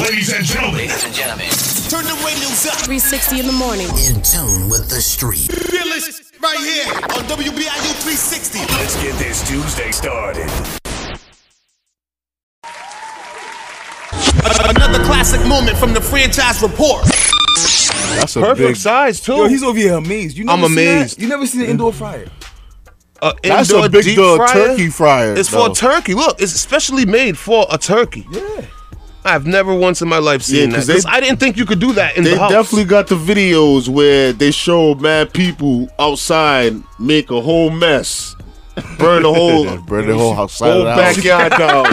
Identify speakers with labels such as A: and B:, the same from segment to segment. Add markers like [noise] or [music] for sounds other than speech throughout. A: Ladies and gentlemen,
B: Ladies and gentlemen,
C: 360 in the morning.
D: In tune with the street.
E: right here on WBIU 360.
A: let's get this Tuesday started.
E: Another classic moment from the franchise report.
F: That's a
G: Perfect
F: big,
G: size too.
H: Yo, he's over here amazed. You never
G: I'm
H: seen that?
G: amazed.
H: You never seen an indoor fryer.
G: A
F: That's
G: indoor
F: a big
G: deep
F: dog
G: fryer.
F: turkey fryer.
G: It's
F: though.
G: for a turkey. Look, it's especially made for a turkey.
H: Yeah.
G: I've never once in my life seen
F: Yeah, 'cause
G: that.
F: they-
G: 'Cause I didn't think you could do that in
F: They
G: the house.
F: definitely got the videos where they show mad people outside make a whole mess, [laughs] burn the whole
D: Burn the whole house.
F: whole [laughs] backyard down,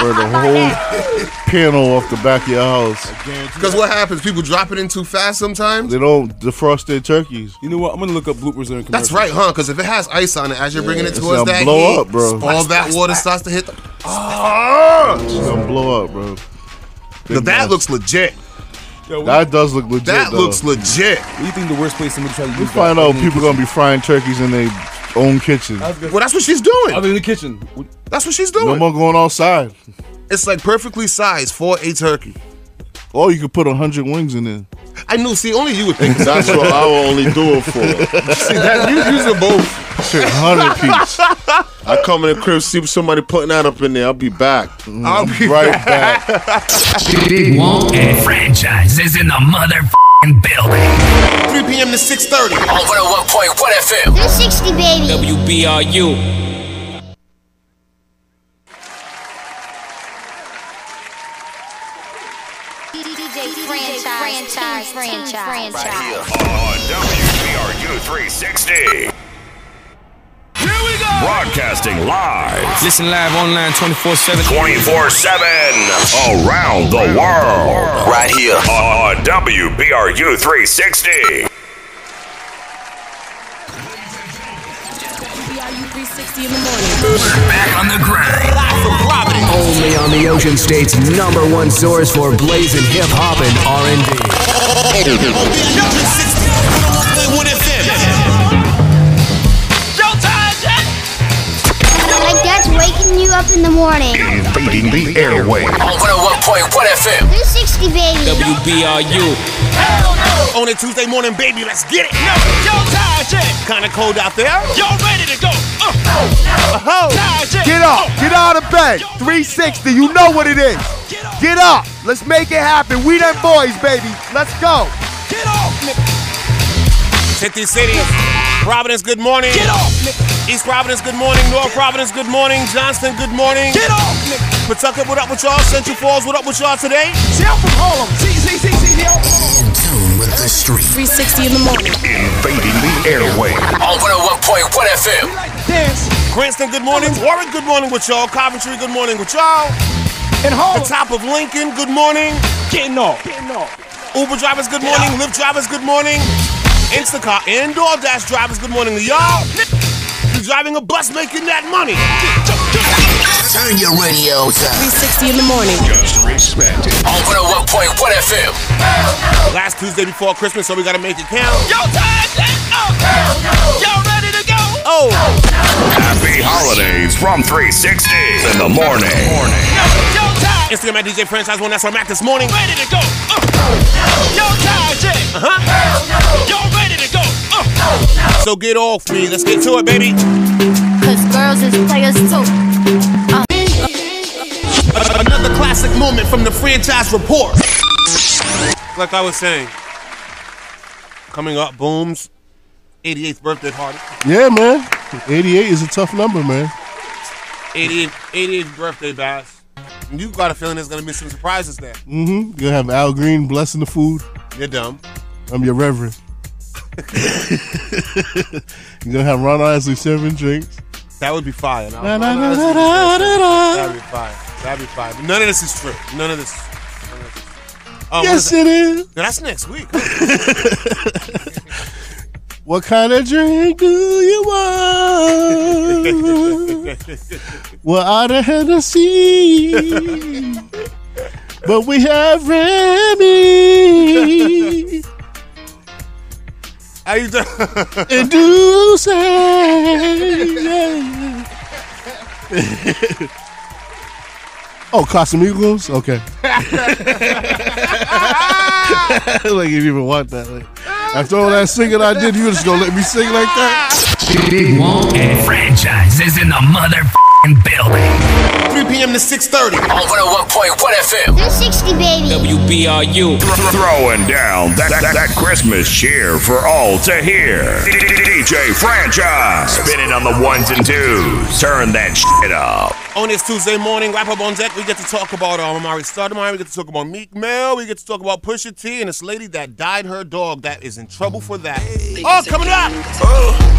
D: Burn the whole
F: panel off the back of your house.
I: Because what happens? People drop it in too fast sometimes.
F: They don't defrost their turkeys.
H: You know what? I'm gonna look up bloopers and commercials.
I: That's right, huh? Because if it has ice on it, as you're bringing it
F: it's
I: towards
F: gonna
I: that
F: blow
I: heat,
F: up, bro.
I: all that water starts to hit. The,
F: It's gonna blow up, bro.
I: Now, that looks legit.
H: Yo, what,
F: That does look legit.
I: That
F: though.
I: looks legit.
H: what do you think the worst place somebody try to do?
F: You
H: that?
F: find out
H: Other than
F: people
H: the
F: gonna be frying turkeys in their own kitchen.
H: kitchen.
I: Well, that's what she's doing.
H: Other than the kitchen, What-
I: That's what she's
F: No
I: doing.
F: more going outside.
I: It's like perfectly sized for a turkey.
F: Or you could put hundred wings in there.
I: I knew. See, only you would think.
G: [laughs]
I: that.
F: That's what I will only do [laughs] it for.
I: see, that you use them both.
F: Hundred piece. I come in the crib, see somebody putting that up in there. I'll be back.
I: I'll be
F: right Mm-hmm. back.
B: and franchise is in the motherfucking building.
I: 3 p.m. to 6:30.
B: On 101.1 FM.
J: 360 baby.
B: WBRU.
J: DJ franchise, franchise, franchise. franchise.
A: On WPRU 360. Here we go. Broadcasting live
K: Listen live uh, online 24 7.
A: 24 7 around the world.
B: Right here.
A: On WPRU 360.
C: BRU 360 in the morning.
B: Back on the grind.
K: Only on the Ocean State's number one source for blazing hip hop and R&B.
J: My dad's waking you up in the morning.
A: Invading the airway.
B: On 101.1 FM.
J: 360 baby.
K: WBRU.
I: On a Tuesday morning, baby, let's get it. No, Kind of cold out there.
K: Uh.
H: Get up! Get out of bed! 360, you know what it is! Get up! Let's make it happen! We them boys, baby! Let's go!
I: City City. Providence, good morning. Get off, East Providence, good morning. North Providence, good morning. Johnston, good morning. Get off, Pawtucket, what up with y'all? Central Falls, what up with y'all today?
D: In tune with the street.
C: 360 in the morning.
A: Invading the airway.
B: On 101.1 FM.
I: Cranston, good morning. Warwick, good morning with y'all. Coventry, good morning with y'all. And home. The top of Lincoln, good morning. Getting off. Uber drivers, good morning. Lyft drivers, good morning. Instacart and DoorDash drivers, good morning to y'all. You driving a bus making that money.
D: Turn your radio up.
C: 360 in the morning.
B: On 101.1 FM.
I: Last Tuesday before Christmas, so we gotta make it count. Oh.
A: Happy holidays from 360 in the morning.
I: Instagram at DJ Franchise One. That's where I'm at this morning. Ready to go. Uh. Yo, Tajay. Uh huh. Yo, ready to go. Uh. Uh-huh. So get off me. Let's get to it, baby.
J: Cause girls is players too. Uh.
I: Another classic moment from the franchise report. Like I was saying, coming up, Boom's 88th birthday party.
F: Yeah, man. 88 is a tough number, man.
I: 88th, 88th birthday bash. You got a feeling there's gonna be some surprises there.
F: Mm-hmm. You'll have Al Green blessing the food.
I: You're dumb.
F: I'm your reverend. [laughs] You're gonna have Ron Isley serving drinks.
I: That would be fire. Nah,
F: Da, da,
I: nah,
F: da,
I: that's-
F: da, da, da.
I: That'd be fire. That'd be fire. But none of this is true. None of this. Is true. None of this is true. Um,
F: Yes,
I: what
F: it
I: is
F: is.
I: that? that's next week.
F: What kind of drink do you want? Well, I done had to see, but we have Remy
I: How [laughs] you doing?
F: and do say. Oh, Casamigos? Okay. like, if you even want that. Like, after all that singing I did, you just gonna let me sing like that? Big
H: And franchise is in the motherfucking building.
I: 3 p.m. to 6.30.
H: Over to 1.1 FM.
L: 360, baby.
H: WBRU.
A: Throwing down that, that, that Christmas cheer for all to hear. DJ Franchise. Spinning on the ones and twos. Turn that shit up.
I: On this Tuesday morning, wrap up on deck. We get to talk about um, Amari Stoudemire. We get to talk about Meek Mill. We get to talk about Pusha T and this lady that died her dog that is in trouble for that. Oh, coming up.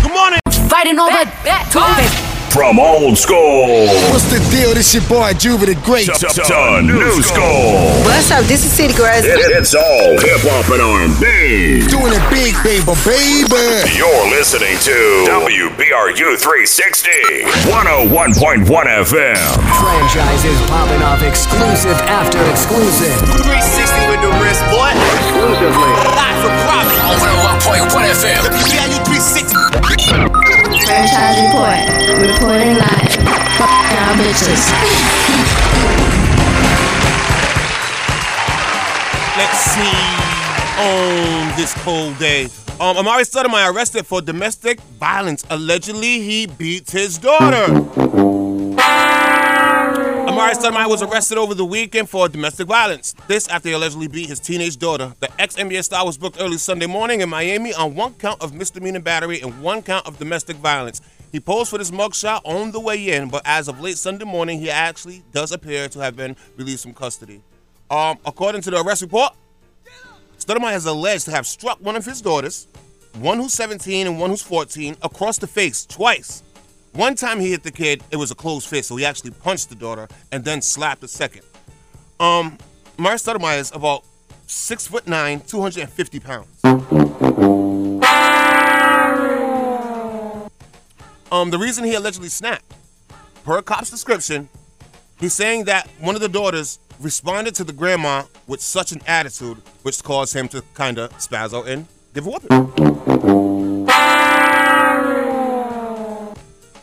I: Good morning.
M: Fighting over that topic.
N: Oh.
A: From old school.
O: What's the deal? This your boy Juve the Great.
A: To, to- to new school.
P: What's up? This is City Girls.
A: It- it's all hip hop and R&B.
O: Doing it big, baby, baby.
A: You're listening to WBRU 360, 101.1 FM.
K: Franchise is popping off exclusive after exclusive.
I: 360 with the wrist, boy.
K: Exclusively.
I: Live for profit.
H: Over to 1.1 FM.
I: WBRU 360.
N: Franchise report. Reporting live. Fuck y'all bitches.
I: Let's see on this cold day. Um, Amari Stoudemire arrested for domestic violence. Allegedly, he beat his daughter. Amari Stoudemire was arrested over the weekend for domestic violence. This after he allegedly beat his teenage daughter. The ex-NBA star was booked early Sunday morning in Miami on one count of misdemeanor battery and one count of domestic violence. He posed for this mugshot on the way in, but as of late Sunday morning, he actually does appear to have been released from custody. Um, according to the arrest report, Stoudemire has alleged to have struck one of his daughters, one who's 17 and one who's 14, across the face twice. One time he hit the kid, it was a closed fist, so he actually punched the daughter and then slapped the second. Um, Mara Stoudemire is about six foot nine, 250 pounds. Um, the reason he allegedly snapped, per cop's description, he's saying that one of the daughters responded to the grandma with such an attitude, which caused him to kind of spaz out and give a whooping.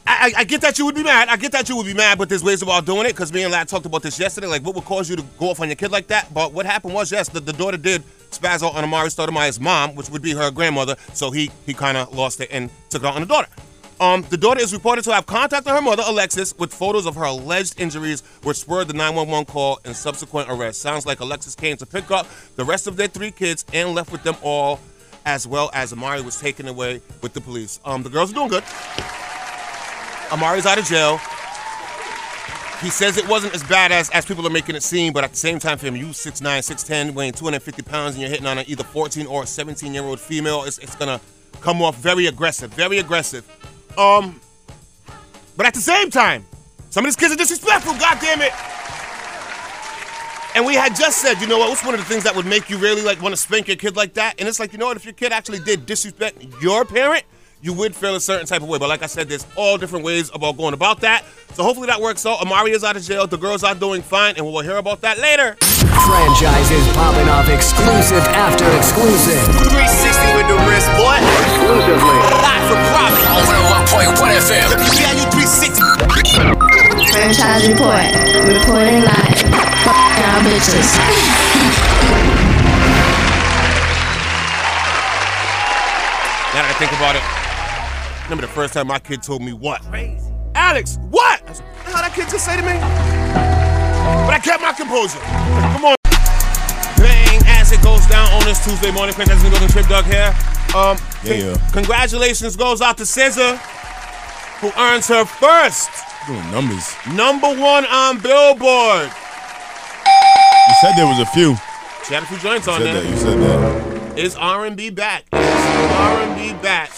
I: I, I, I get that you would be mad. I get that you would be mad, but there's ways about doing it. Because me and Lad talked about this yesterday. Like, what would cause you to go off on your kid like that? But what happened was, yes, the, the daughter did spaz out on Amari Stoudemire's mom, which would be her grandmother. So he he kind of lost it and took it out on the daughter. Um, the daughter is reported to have contacted her mother, Alexis, with photos of her alleged injuries, which spurred the 911 call and subsequent arrest. Sounds like Alexis came to pick up the rest of their three kids and left with them all, as well as Amari was taken away with the police. Um, the girls are doing good. Amari's out of jail. He says it wasn't as bad as, as people are making it seem, but at the same time, for him, you 6'9, 6'10, weighing 250 pounds, and you're hitting on an either 14 or 17 year old female, it's, it's gonna come off very aggressive, very aggressive. Um, but at the same time, some of these kids are disrespectful, God damn it. And we had just said, you know what, what's one of the things that would make you really like want to spank your kid like that? And it's like, you know what, if your kid actually did disrespect your parent, you would feel a certain type of way. But like I said, there's all different ways about going about that. So hopefully that works out. Amari is out of jail, the girls are doing fine, and we'll hear about that later.
K: Franchise is popping off exclusive after exclusive.
I: 360 with the wrist, boy.
K: Exclusively.
I: Live for profit.
H: Over to 1.1 FM.
I: WBIU 360.
N: Franchise report. Reporting live. Fuck y'all bitches.
I: Now that I think about it, remember the first time my kid told me what? Crazy. Alex, what? I said, "What the hell that kid just say to me? But I kept my composure. Come on. Bang, as it goes down on this Tuesday morning, Chris has been going to Trip Dog here. Um, con-
Q: Yeah.
I: Congratulations goes out to SZA, who earns her first
Q: Doing numbers.
I: number one on Billboard.
Q: You said there was a few.
I: She had a few joints on
Q: said
I: there.
Q: that, you said that.
I: Is R&B back? Is R&B back?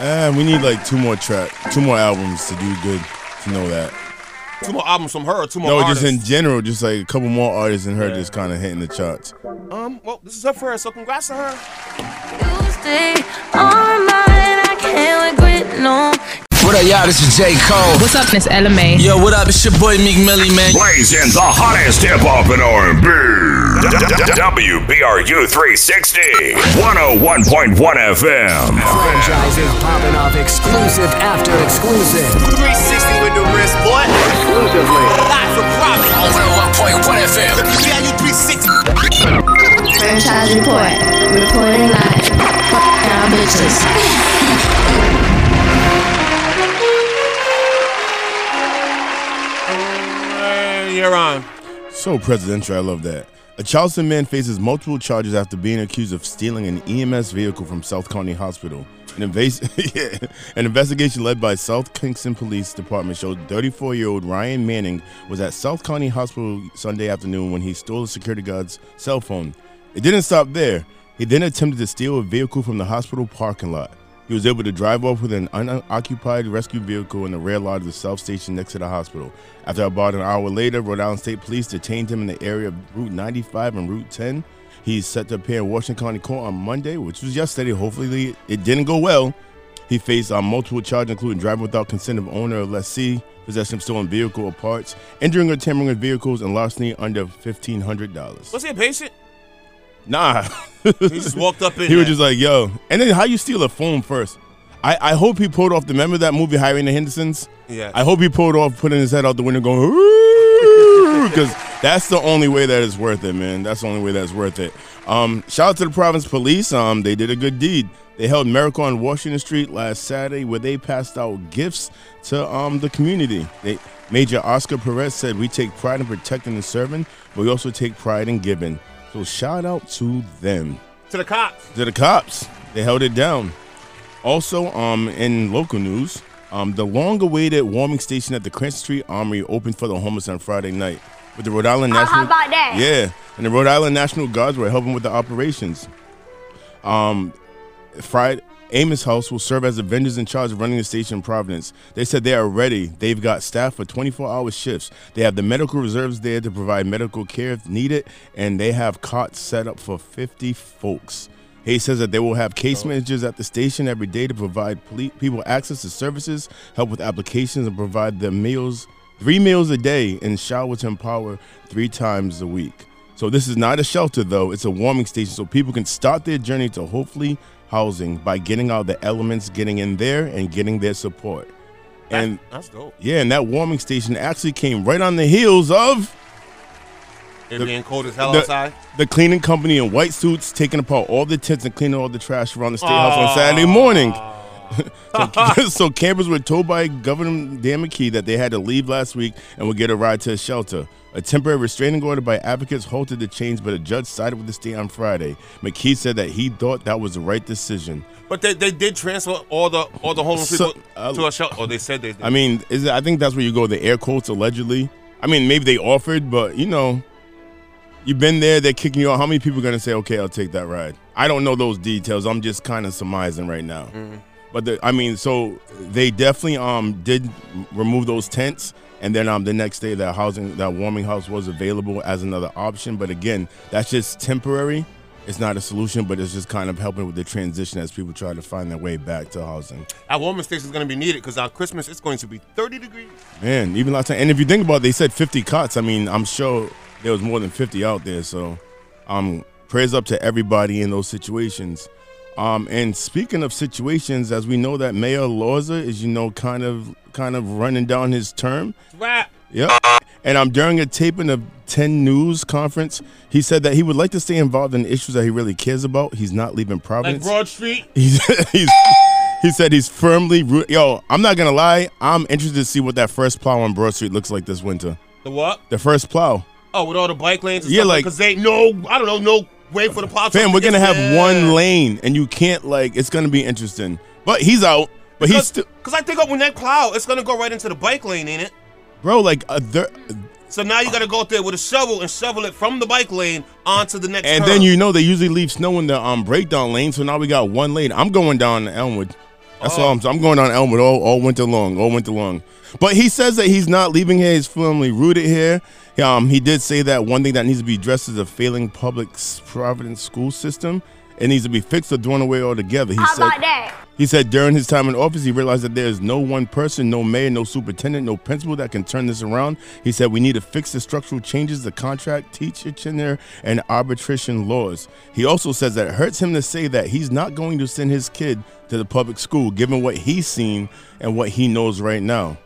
Q: Ah, we need like two more track, two more albums to do good. To know that.
I: Two more albums from her, or two more
Q: No,
I: artists.
Q: just in general, just like a couple more artists and her just kind of hitting the charts.
I: Um, well, this is her first, so congrats to her.
H: What up, y'all? This is J. Cole. What's up, Miss Ella Yo, what up? It's your boy Meek Millie, man.
A: Blazing the hottest hip hop and R&B. WBRU 360, 101.1 FM.
K: Franchises popping off exclusive after exclusive. 360 with the wrist, boy. Exclusively. Live for profit.
H: oh
K: On 101.1 FM. WBRU 360.
N: Franchise report. Reporting live. Fuck our bitches.
H: You're on.
Q: So presidential, I love that. A Charleston man faces multiple charges after being accused of stealing an EMS vehicle from South County Hospital. An, invas- [laughs] yeah. An investigation led by South Kingston Police Department showed 34 year old Ryan Manning was at South County Hospital Sunday afternoon when he stole a security guard's cell phone. It didn't stop there. He then attempted to steal a vehicle from the hospital parking lot. He was able to drive off with an unoccupied rescue vehicle in the rear lot of the self station next to the hospital. After about an hour later, Rhode Island State Police detained him in the area of Route 95 and Route 10. He's set to appear in Washington County Court on Monday, which was yesterday. Hopefully, it didn't go well. He faced uh, multiple charges, including driving without consent of owner or lessee, possession of stolen vehicle or parts, injuring or tampering with vehicles, and larceny under $1,500.
H: Was he a patient?
Q: Nah.
H: He just walked
Q: [laughs]
H: up in.
Q: he was
H: there.
Q: just like, yo. And then how you steal a phone first? I, I hope he pulled off the remember that movie Hiring the Hendersons?
H: Yes.
Q: I hope he pulled off putting his head out the window going because that's the only way that is worth it, man. That's the only way that's worth it. Um, shout out to the province police. Um, they did a good deed. They held miracle on Washington Street last Saturday where they passed out gifts to um the community. They Major Oscar Perez said, "We take pride in protecting and serving, but we also take pride in giving." So shout out to them
H: to the cops.
Q: to the cops. They held it down. Also, um, in local news, um, the long-awaited warming station at the Cranston Street Armory opened for the homeless on Friday night. With the Rhode Island
I: Uh,
Q: National,
I: how about that?
Q: yeah, and the Rhode Island National Guards were helping with the operations. Um, Friday, Amos House will serve as the vendors in charge of running the station in Providence. They said they are ready. They've got staff for 24 hour shifts. They have the medical reserves there to provide medical care if needed, and they have cots set up for 50 folks. Hayes says that they will have case managers at the station every day to provide poli- people access to services, help with applications, and provide them meals, three meals a day, and shower to empower three times a week. So this is not a shelter though, it's a warming station so people can start their journey to hopefully housing by getting out the elements, getting in there and getting their support. And
H: That's dope.
Q: yeah, and that warming station actually came right on the heels of
H: It being cold as hell [laughs]
Q: the,
H: outside.
Q: the cleaning company in white suits taking apart all the tents and cleaning all the trash around the state house
H: Aw.
Q: on Saturday morning. so, [laughs] so campers were told by Governor Dan McKee that they had to leave last week and would get a ride to a shelter. A temporary restraining order by advocates halted the change, but a judge sided with the state on Friday. McKee said that he thought that was the right decision.
H: But they, they did transfer all the all the homeless
Q: So-
H: people to a shelter. Or they said they did.
Q: I mean, is it, I think that's where you go. The air quotes allegedly. I mean, maybe they offered, but you know, you've been there. They're kicking you out. How many people are gonna say, "Okay, I'll take that ride"? I don't know those details. I'm just kind of surmising right now. But the, I mean, so they definitely um did remove those tents, and then um the next day that housing that warming house was available as another option. But again, that's just temporary. It's not a solution, but it's just kind of helping with the transition as people try to find their way back to housing.
H: Our warming station is going to be needed because our Christmas it's going to be 30 degrees.
Q: Man, even last time. And if you think about it, they said 50 cuts. I mean, I'm sure there was more than 50 out there. So, um, prayers up to everybody in those situations. Um, and speaking of situations, as we know that Mayor Lawza is, you know, kind of kind of running down his term.
H: Right.
Q: Yep. And um, during a taping of 10 News conference, he said that he would like to stay involved in issues that he really cares about. He's not leaving
H: Like
Q: Providence.
H: Broad Street.
Q: [laughs] He's, he's he said he's firmly root. Yo, I'm not gonna lie. I'm interested to see what that first plow on Broad Street looks like this winter.
H: The what?
Q: The first plow.
H: Oh, with all the bike lanes. And
Q: Yeah,
H: stuff,
Q: like-
H: because they no, I don't know, no way for the plow.
Q: Fam, we're gonna have
H: one.
Q: one lane, and you can't like. It's gonna be interesting. But he's out. But he's still,
H: Because I think up when that plow, it's gonna go right into the bike lane, ain't it?
Q: bro. Like uh, a thir-
H: So now you gotta go out there with a shovel and shovel it from the bike lane onto the next.
Q: and
H: curve.
Q: then you know they usually leave snow in the um breakdown lane. So now we got one lane. I'm going down Elmwood. That's
N: Oh.
Q: all I'm. I'm going down Elmwood all, all winter long. All winter long. But he says that he's not leaving here. He's firmly rooted here. Um, he did say that one thing that needs to be addressed is the failing public s- Providence school system. It needs to be fixed or thrown away altogether. He
N: How
Q: said,
N: about that?
Q: He said during his time in office, he realized that there is no one person, no mayor, no superintendent, no principal that can turn this around. He said we need to fix the structural changes, the contract, teacher tenure, and arbitration laws. He also says that it hurts him to say that he's not going to send his kid to the public school, given what he's seen and what he knows right now.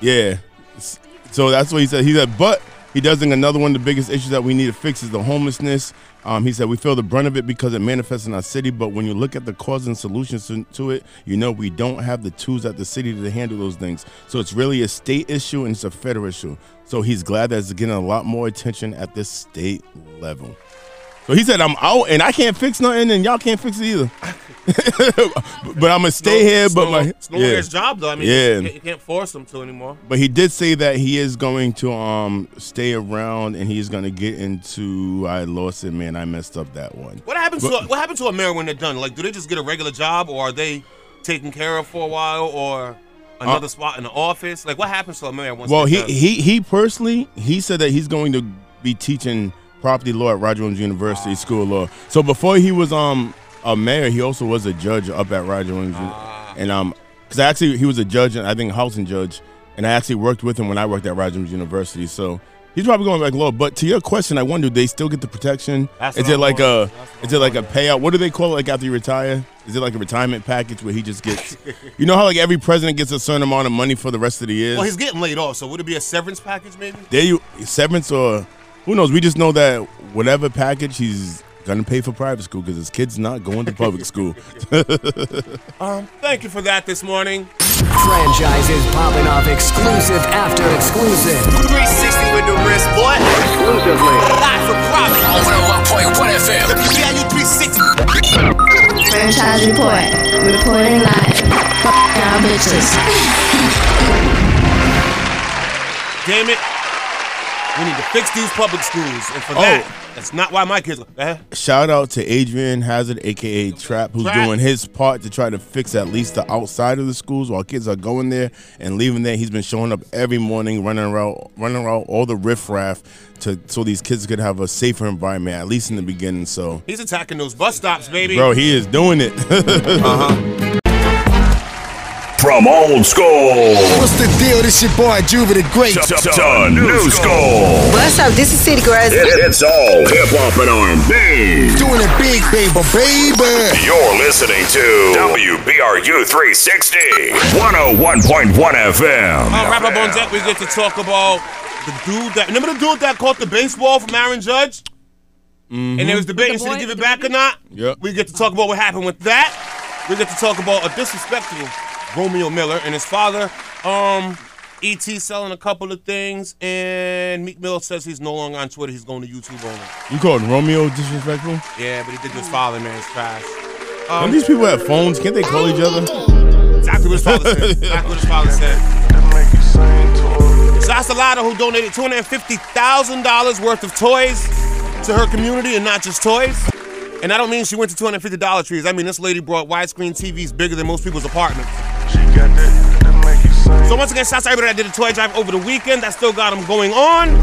Q: Yeah. S- So that's what he said. He said, but he does think another one of the biggest issues that we need to fix is the homelessness. Um, he said, we feel the brunt of it because it manifests in our city, but when you look at the cause and solutions to, to it, you know we don't have the tools at the city to handle those things. So it's really a state issue and it's a federal issue. So he's glad that it's getting a lot more attention at the state level. So he said, I'm out and I can't fix nothing and y'all can't fix it either. [laughs] but I'm going to stay here. But my.
I: It's no longer his job, though. I mean,
Q: Yeah.
I: you, can't, you can't force him to anymore.
Q: But he did say that he is going to um stay around and he's going to get into. I lost it, man. I messed up that one.
I: What happens
Q: But-
I: to what happens to a mayor when they're done? Like, do they just get a regular job, or are they taken care of for a while, or another spot in the office? Like, what happens to a mayor once?
Q: Uh, Well,
I: they're
Q: he
I: done?
Q: he he personally he said that he's going to be teaching property law at Roger Williams
I: Ah.
Q: University School of Law. So before he was um a mayor, he also was a judge up at Roger Williams,
I: Ah.
Q: and um because actually he was a judge and I think a housing judge, and I actually worked with him when I worked at Roger Williams University. So. He's probably going back low, but to your question, I wonder: do they still get the protection?
I: That's
Q: is
I: what
Q: it
I: I'm
Q: like a, is it like a payout? What do they call it? Like after you retire, is it like a retirement package where he just
I: [laughs]
Q: gets, you know how like every president gets a certain amount of money for the rest of the years?
I: well, he's getting laid off, so would it be a severance package, maybe?
Q: There you severance or who knows? We just know that whatever package he's gonna pay for private school because his kid's not going to public school.
I: Um, thank you for that this morning.
K: Franchise is popping off exclusive after exclusive.
H: 360 with the wrist, boy. Exclusively. Live for profit. On 101.1 FM. WBIU 360.
N: Franchise report. Reporting live. F***ing our bitches.
I: Damn it. We need to fix these public schools, and
Q: Oh.
I: for that, that's not why my kids. Eh?
Q: Shout out to Adrian Hazard, aka Trap, who's
I: Trap.
Q: doing his part to try to fix at least the outside of the schools while kids are going there and leaving there. He's been showing up every morning, running around, running around all the riffraff to so these kids could have a safer environment at least in the beginning. So,
I: He's attacking those bus stops, baby.
Q: bro, he is doing it. [laughs]
A: From old school.
R: What's the deal? This your boy Juve the Great.
A: To, to, to new school.
P: What's up? This is City Girls.
A: It- it's all hip hop and R&B.
R: Doing it big, baby, baby.
A: You're listening to WBRU 360, 101.1 FM.
I: Uh, wrap up on deck. We get to talk about the dude that remember the dude that caught the baseball from Aaron Judge, and there was debating should he give it back or not.
Q: Yep.
I: We get to talk about what happened with that. We get to talk about a disrespectful Romeo Miller and his father. Um, Et selling a couple of things, and Meek Mill says he's no longer on Twitter. He's going to YouTube only.
Q: you called Romeo disrespectful?
I: Yeah, but he did to his father, man. It's trash.
Q: Don't these people have phones? Can't they call each other?
I: Exactly what his father said. Exactly what his father said. Zasalada, who donated $250,000 worth of toys to her community and not just toys. And I don't mean she went to $250 trees. I mean, this lady brought widescreen TVs bigger than most people's apartments. So once again, shout out to everybody that did a toy drive over the weekend. That still got them going on.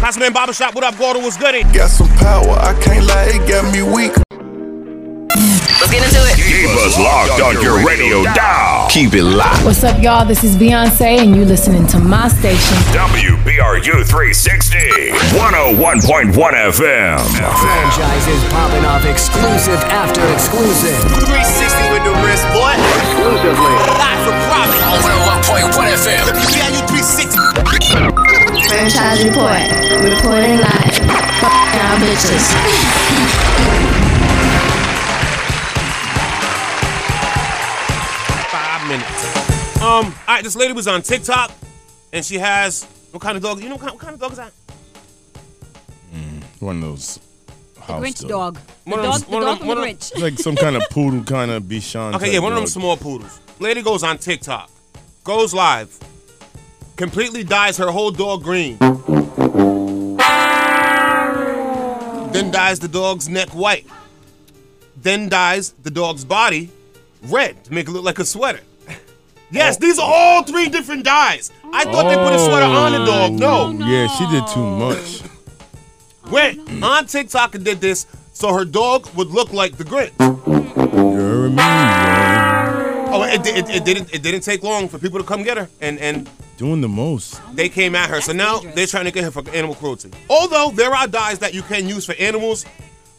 I: Councilman Barbershop, what up, Gordo? What's goody?
S: Got some power, I can't lie, it got me weak.
A: Let's get into it. Keep us locked on your radio dial. Keep it locked.
T: What's up, y'all? This is Beyonce, and you listening to my station.
A: WBRU 360, 101.1 FM.
K: Franchise is popping off exclusive after exclusive.
H: 360 with the wrist, boy. Exclusively. Live for profit. On 101.1 FM. WBIU 360.
N: Franchise report. Reporting live. F***ing our bitches.
I: five minutes. Um, all right, this lady was on TikTok, and she has what kind of dog? You know what kind, what kind of dog is that?
Q: One of those. house
U: Grinch dog. The
I: One of
U: dog,
I: those-
U: the
I: one of
U: dog
I: them-
U: from the
I: one of
U: Grinch.
Q: It's like some kind of poodle, kind of Bichon.
I: Okay,
Q: type
I: yeah, one of them
Q: dog.
I: small poodles. Lady goes on TikTok, goes live, completely dyes her whole dog green, then dyes the dog's neck white, then dyes the dog's body red to make it look like a sweater. Yes, these are all three different dyes. I thought they put a sweater on the
Q: Oh,
I: dog. No.
Q: Yeah, she did too much.
I: went on TikTok and did this. So her dog would look like the Grinch. Oh, it, di- it, it didn't it didn't take long for people to come get her, and and
Q: Doing the most.
I: they came at her. So now they're trying to get her for animal cruelty. Although there are dyes that you can use for animals,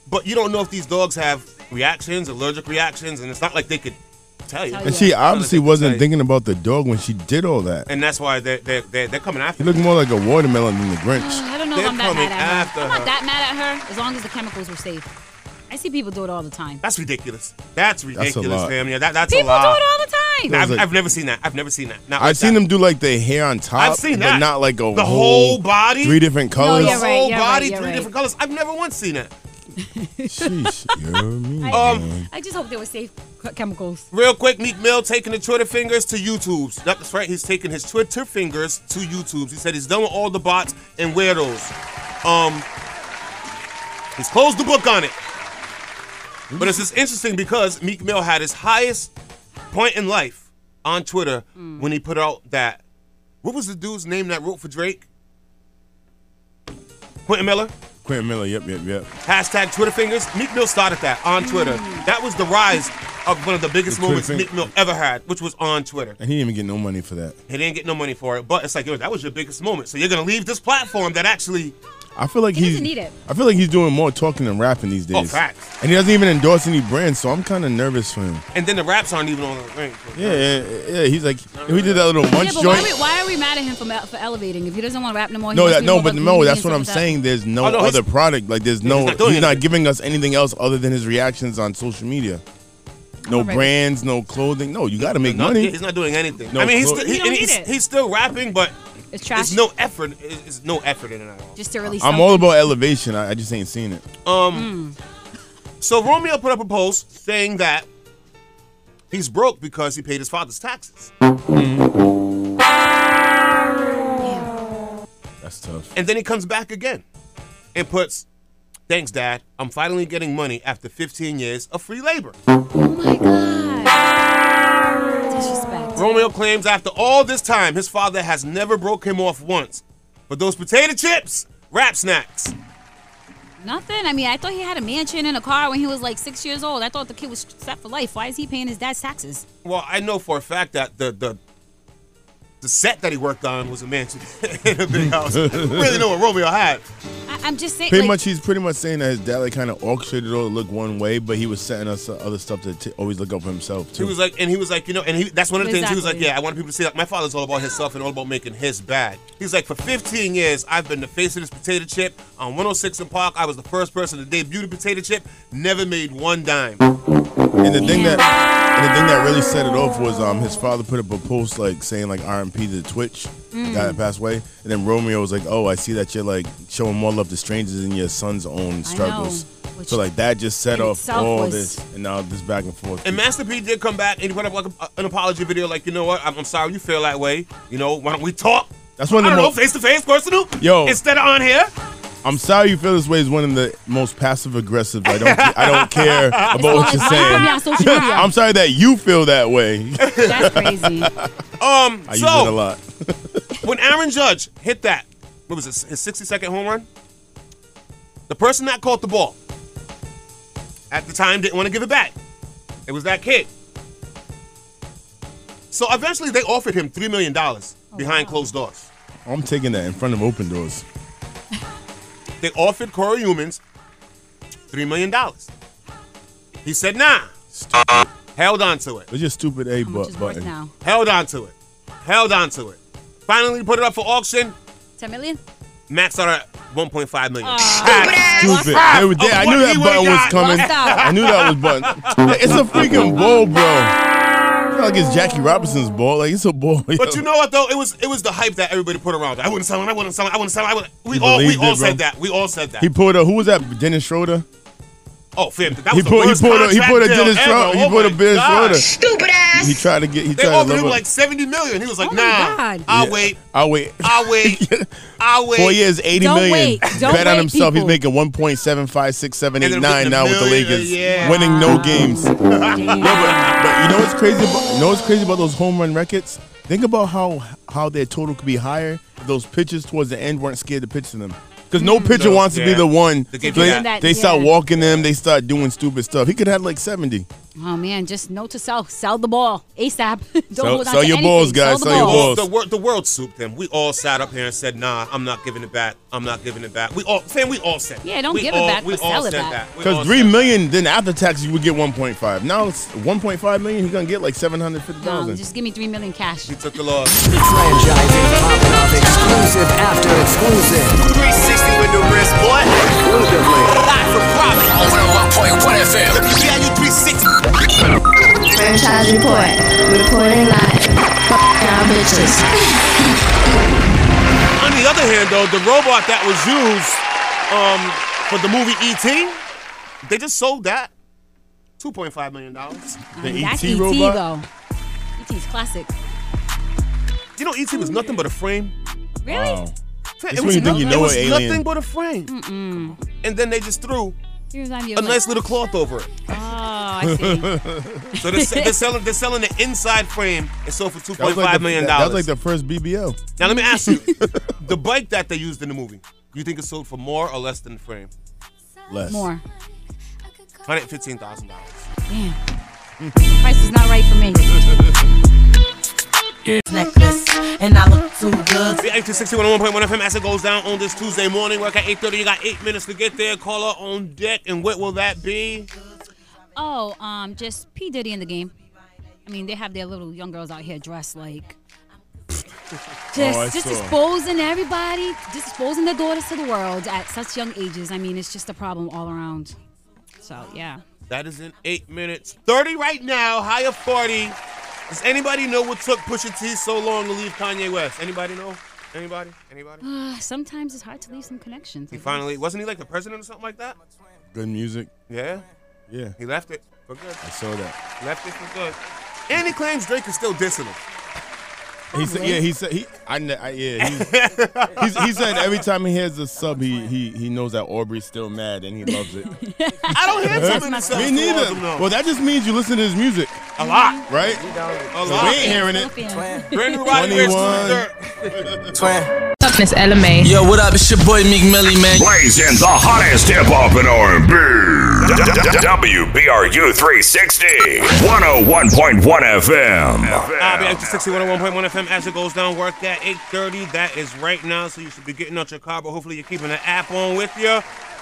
I: but you don't know if these dogs have reactions, allergic reactions, and it's not like they could tell you.
Q: And she obviously wasn't thinking about the dog when she did all that.
I: And that's why they're they're, they're, they're coming after.
Q: He looked more like a watermelon than the Grinch.
P: I don't know
I: They're
P: if I'm that
I: coming
P: mad at
I: after
P: her. I'm
I: her.
P: not that mad at her as long as the chemicals were safe. I see people do it all the time.
I: That's ridiculous. That's ridiculous,
Q: lot.
I: fam. Yeah, that, that's
P: people
I: a lot.
P: do it all the time.
I: Nah, I've,
Q: like-
I: I've never seen that. I've never seen that. Not
Q: I've seen them do like their hair on top.
I: I've seen
Q: But
I: that.
Q: not like a
I: The whole body?
Q: Three different colors.
I: the whole body,
P: you're
I: three
P: right.
I: different colors. I've never once seen that.
P: I,
I: [laughs] Um,
P: I just hope they were safe c- chemicals.
I: Real quick, Meek Mill taking the Twitter fingers to YouTube's. That's right, he's taking his Twitter fingers to YouTube's. He said he's done with all the bots and weirdos. Um, he's closed the book on it. But it's just interesting because Meek Mill had his highest point in life on Twitter when he put out that. What was the dude's name that wrote for Drake? Quentin Miller?
Q: Quentin Miller, yep, yep, yep.
I: Hashtag Twitter fingers. Meek Mill started that on Twitter. That was the rise of one of the biggest
Q: Mm. The Twitter
I: moments
Q: finger-
I: Meek Mill ever had, which was on Twitter.
Q: And he didn't even get no money for that.
I: He didn't get no money for it, but it's like, yo, that was your biggest moment. So you're gonna leave this platform that actually
Q: I feel like he's.
I: doesn't need it.
Q: I feel like he's doing more talking than rapping these days.
I: Oh, facts.
Q: And he doesn't even endorse any brands, so I'm kind of nervous for him.
I: and then the raps aren't even on the thing.
Q: Yeah, yeah, yeah. He's like, we did that little
P: yeah,
Q: munch
P: but why,
Q: joint.
P: we, why are we mad at him for, ma- for elevating? If he doesn't want to rap no more, he
Q: No,
P: wants
Q: that,
P: to be
Q: no,
P: more
Q: but
P: of a
Q: no,
P: comedian,
Q: that's what
P: stuff
Q: I'm
P: like that.
Q: saying. There's no,
P: Oh, no, he's-
Q: other product. Like there's no,
I: not
Q: he's
I: doing
Q: not,
I: anything.
Q: giving us anything else other than his reactions on social media. No
I: Alright.
Q: brands, no clothing. No, you got to make
I: No,
Q: money.
I: He's not doing anything.
Q: No
I: I mean, he's
Q: clo-
I: still,
Q: You
I: he,
Q: don't
I: and
Q: need
I: he's,
Q: it.
I: he's still rapping, but
P: it's trash.
I: It's no effort. It's, it's no effort in it at all.
P: just to release.
Q: I'm all about elevation. I, I just ain't seen it.
I: Um, so Romeo put up a post saying that he's broke because he paid his father's taxes,
Q: That's tough.
I: and then he comes back again and puts, "Thanks, Dad. I'm finally getting money after 15 years of free labor." Romeo claims after all this time, his father has never broke him off once. But those potato chips, rap snacks.
P: Nothing. I mean, I thought he had a mansion and a car when he was like six years old. I thought the kid was set for life. Why is he paying his dad's taxes?
I: Well, I know for a fact that the the the set that he worked on was a mansion [laughs] in a big house. I really know what Romeo had.
P: I, I'm just saying.
Q: Pretty
P: like,
Q: much, he's pretty much saying that his dad like kind of orchestrated it all to look one way, but he was setting us uh, other stuff to t- always look up for himself
I: He
Q: too.
I: was like, and he was like, you know, and he, that's one of the things he was like,
P: Exactly.
I: yeah, I want people to see like my father's all about himself and all about making his bag. He's like, for 15 years, I've been the face of this potato chip on 106 in Park. I was the first person to debut the potato chip. Never made one dime.
Q: And the thing that and the thing that really set it off was um his father put up a post like saying like R&P to Twitch,
P: Mm.
Q: the guy that passed away, and then Romeo was like, "Oh, I see that you're like showing more love to strangers than your son's own struggles."
P: which
Q: So like that just set
P: in
Q: off
P: itself
Q: all
P: was-
Q: this, and now this back and forth.
I: And Master P did come back and he put up like a, an apology video, like, you know what, I'm, I'm sorry you feel that way. You know, why don't we talk?
Q: That's one of the
I: I don't know,
Q: most.
I: face to face, personal.
Q: Yo.
I: instead of on here.
Q: I'm sorry you feel this way is one of the most passive aggressive. I don't
P: [laughs]
Q: I don't care about what you're
P: Follow me
Q: saying.
P: on social media.
Q: I'm sorry that you feel that
I: [laughs]
Q: way. [laughs]
P: That's crazy.
I: Um,
Q: I use it a
I: so
Q: lot.
I: when Aaron Judge hit that, what was it, his 60 second home run? The person that caught the ball at the time didn't want to give it back. It was that kid. So eventually they offered him $3 million behind closed doors.
Q: I'm taking that in front of open doors.
I: They offered Corey Humans $3 million. He said, nah. Held on to it.
Q: It's just stupid A but button.
I: Held on to it. Held on to it. Finally put it up for auction.
P: Ten million.
I: Maxed out at 1.5 million.
Q: Stupid. They were there. I knew that button was coming.
P: Lost out.
Q: I knew that was button. It's a freaking ball, bro. It's not like it's Jackie Robinson's ball. Like it's a ball.
I: But you know what though? It was it was the hype that everybody put around. it. I wouldn't sell him. I wouldn't sell him. I wouldn't sell him. I wouldn't. We
Q: He
I: all we
Q: believed
I: all
Q: it, bro.
I: said that. We all said that.
Q: he pulled a who was that? Dennis Schroeder.
I: oh, fam, that was
Q: He
I: the
Q: pulled. He
I: worst
Q: pulled. A, he
I: contract
Q: pulled a
I: deal
Q: Dennis
I: ever.
Q: Schroeder. He
I: Oh
Q: pulled a
I: my
Q: Dennis
I: God.
Q: Schroeder. He tried to get. He
I: They
Q: tried to
I: offered
Q: love
I: him
Q: up.
I: like 70 million. He was
P: Oh
I: like, nah, I'll
Q: Yeah. [laughs]
I: wait.
Q: I'll wait.
I: I'll wait. I'll wait.
Q: Four years, eighty
I: Don't
Q: million. [laughs]
I: wait. Don't
Q: Bet on
I: wait,
Q: himself.
I: people.
Q: He's making one point seven five six seven eight
I: And they're
Q: nine
I: putting a
Q: now with the
I: million,
Q: Lakers,
I: yeah.
Q: winning no
I: [laughs]
Q: games. No, but, but you know what's crazy? About, you know what's crazy about those home run records? Think about how how their total could be higher if those pitches towards the end weren't scared to pitch to them. Because no pitcher
I: So,
Q: wants to be
I: yeah.
Q: the one. They,
I: They give you Mm-hmm. that.
Q: they start
P: Yeah.
Q: walking them. They start doing stupid stuff. He could have like seventy.
P: Oh man, just note to self: sell the ball ASAP. [laughs] Don't
Q: Sell-
P: hold on
Q: sell
P: to
Q: your
P: anything.
Q: balls, guys. Sell your balls.
I: The, wor- the world swooped them. We all sat up here and said, "Nah, I'm not giving it back. I'm not giving it back." We all, fam, we all said,
P: Yeah, don't
I: we
P: give it
I: all,
P: back,
I: We
P: but
I: all
P: sell it
I: said
P: back.
I: that. We all
Q: Because three million, then after tax, you would get one point five. Now it's one point five million. He's gonna get like seven hundred fifty
P: No,
Q: thousand.
P: Um, just give me three million cash.
Q: E
I: He took the loss.
K: Franchising popping off exclusive after exclusive. 360 with the wrist, boy. Exclusively. Live for profit on 101.1 FM. Let me see how you 360.
N: Franchise report. Reporting live. Fucking our bitches.
I: On the other hand, though, the robot that was used um, for the movie ET, they just sold that two point five million dollars.
Q: E
P: I mean, that's ET though. ET's classic.
I: You know, ET was nothing but a frame.
P: Really?
I: Fam,
Q: That's when you think you
I: nothing-
Q: know
I: it was
Q: an alien.
I: nothing but a frame. And then they just threw
P: Here's on you.
I: a nice little cloth over it.
U: [laughs]
P: Oh, I see.
I: so they're, se- they're selling they're selling the inside frame and sold for two
Q: That was
I: point
Q: like
I: five
Q: the-
I: million
Q: that- That was
I: dollars.
Q: like the first BBL.
I: now let me
Q: [laughs]
I: ask you, the bike that they used in the movie, you think it sold for more or less than the frame?
Q: Less.
P: More.
I: Hundred fifteen thousand dollars.
P: Damn. Price is not right for me.
U: Necklace, and I look too good.
I: The 861.1 FM as it goes down on this Tuesday morning. Work at 8:30. You got eight minutes to get there. Call her on deck, and what will that be?
P: Oh, um, just P Diddy in the game. I mean, they have their little young girls out here
U: [laughs]
P: dressed like. Just,
U: Oh, I
P: just
U: saw.
P: exposing everybody, just exposing their daughters to the world at such young ages. I mean, it's just a problem all around. So yeah, [sighs]
I: That is in eight minutes. 30 right now. High of 40. Does anybody know what took Pusha T so long to leave Kanye West? Anybody know? Anybody? Anybody?
Q: Uh,
P: sometimes it's hard to leave some connections. I
I: He
P: guess.
I: finally wasn't he like the president or something like that?
Q: Good music.
I: Yeah.
Q: Yeah.
I: He left it for good.
Q: I saw that.
I: Left it for good. And he claims Drake is still dissing him.
Q: He said, yeah, he said, he, I, kn- I yeah, [laughs] he's, he's, he said every time he hears a sub, he, he, he knows that Aubrey's still mad and he loves it.
I: I don't
Q: [laughs]
I: hear
Q: That's
I: something
Q: my
I: that sounds
Q: Me
I: too
Q: neither.
I: awesome, though.
Q: Well, that just means you listen to his music
I: a lot,
Q: right?
I: A
Q: So
I: lot.
Q: We ain't hearing it.
I: Bring the Roddy Rich to the
K: Twin.
T: Toughness LMA.
K: Yo, what up? It's your boy Meek Millie, man.
A: Blazing the hottest hip hop and R&B. WBRU 360. 101.1 FM.
I: I'll be 6101.1 FM as it goes down. Work at 8.30. That is right now, so you should be getting out your car, but hopefully you're keeping the app on with you.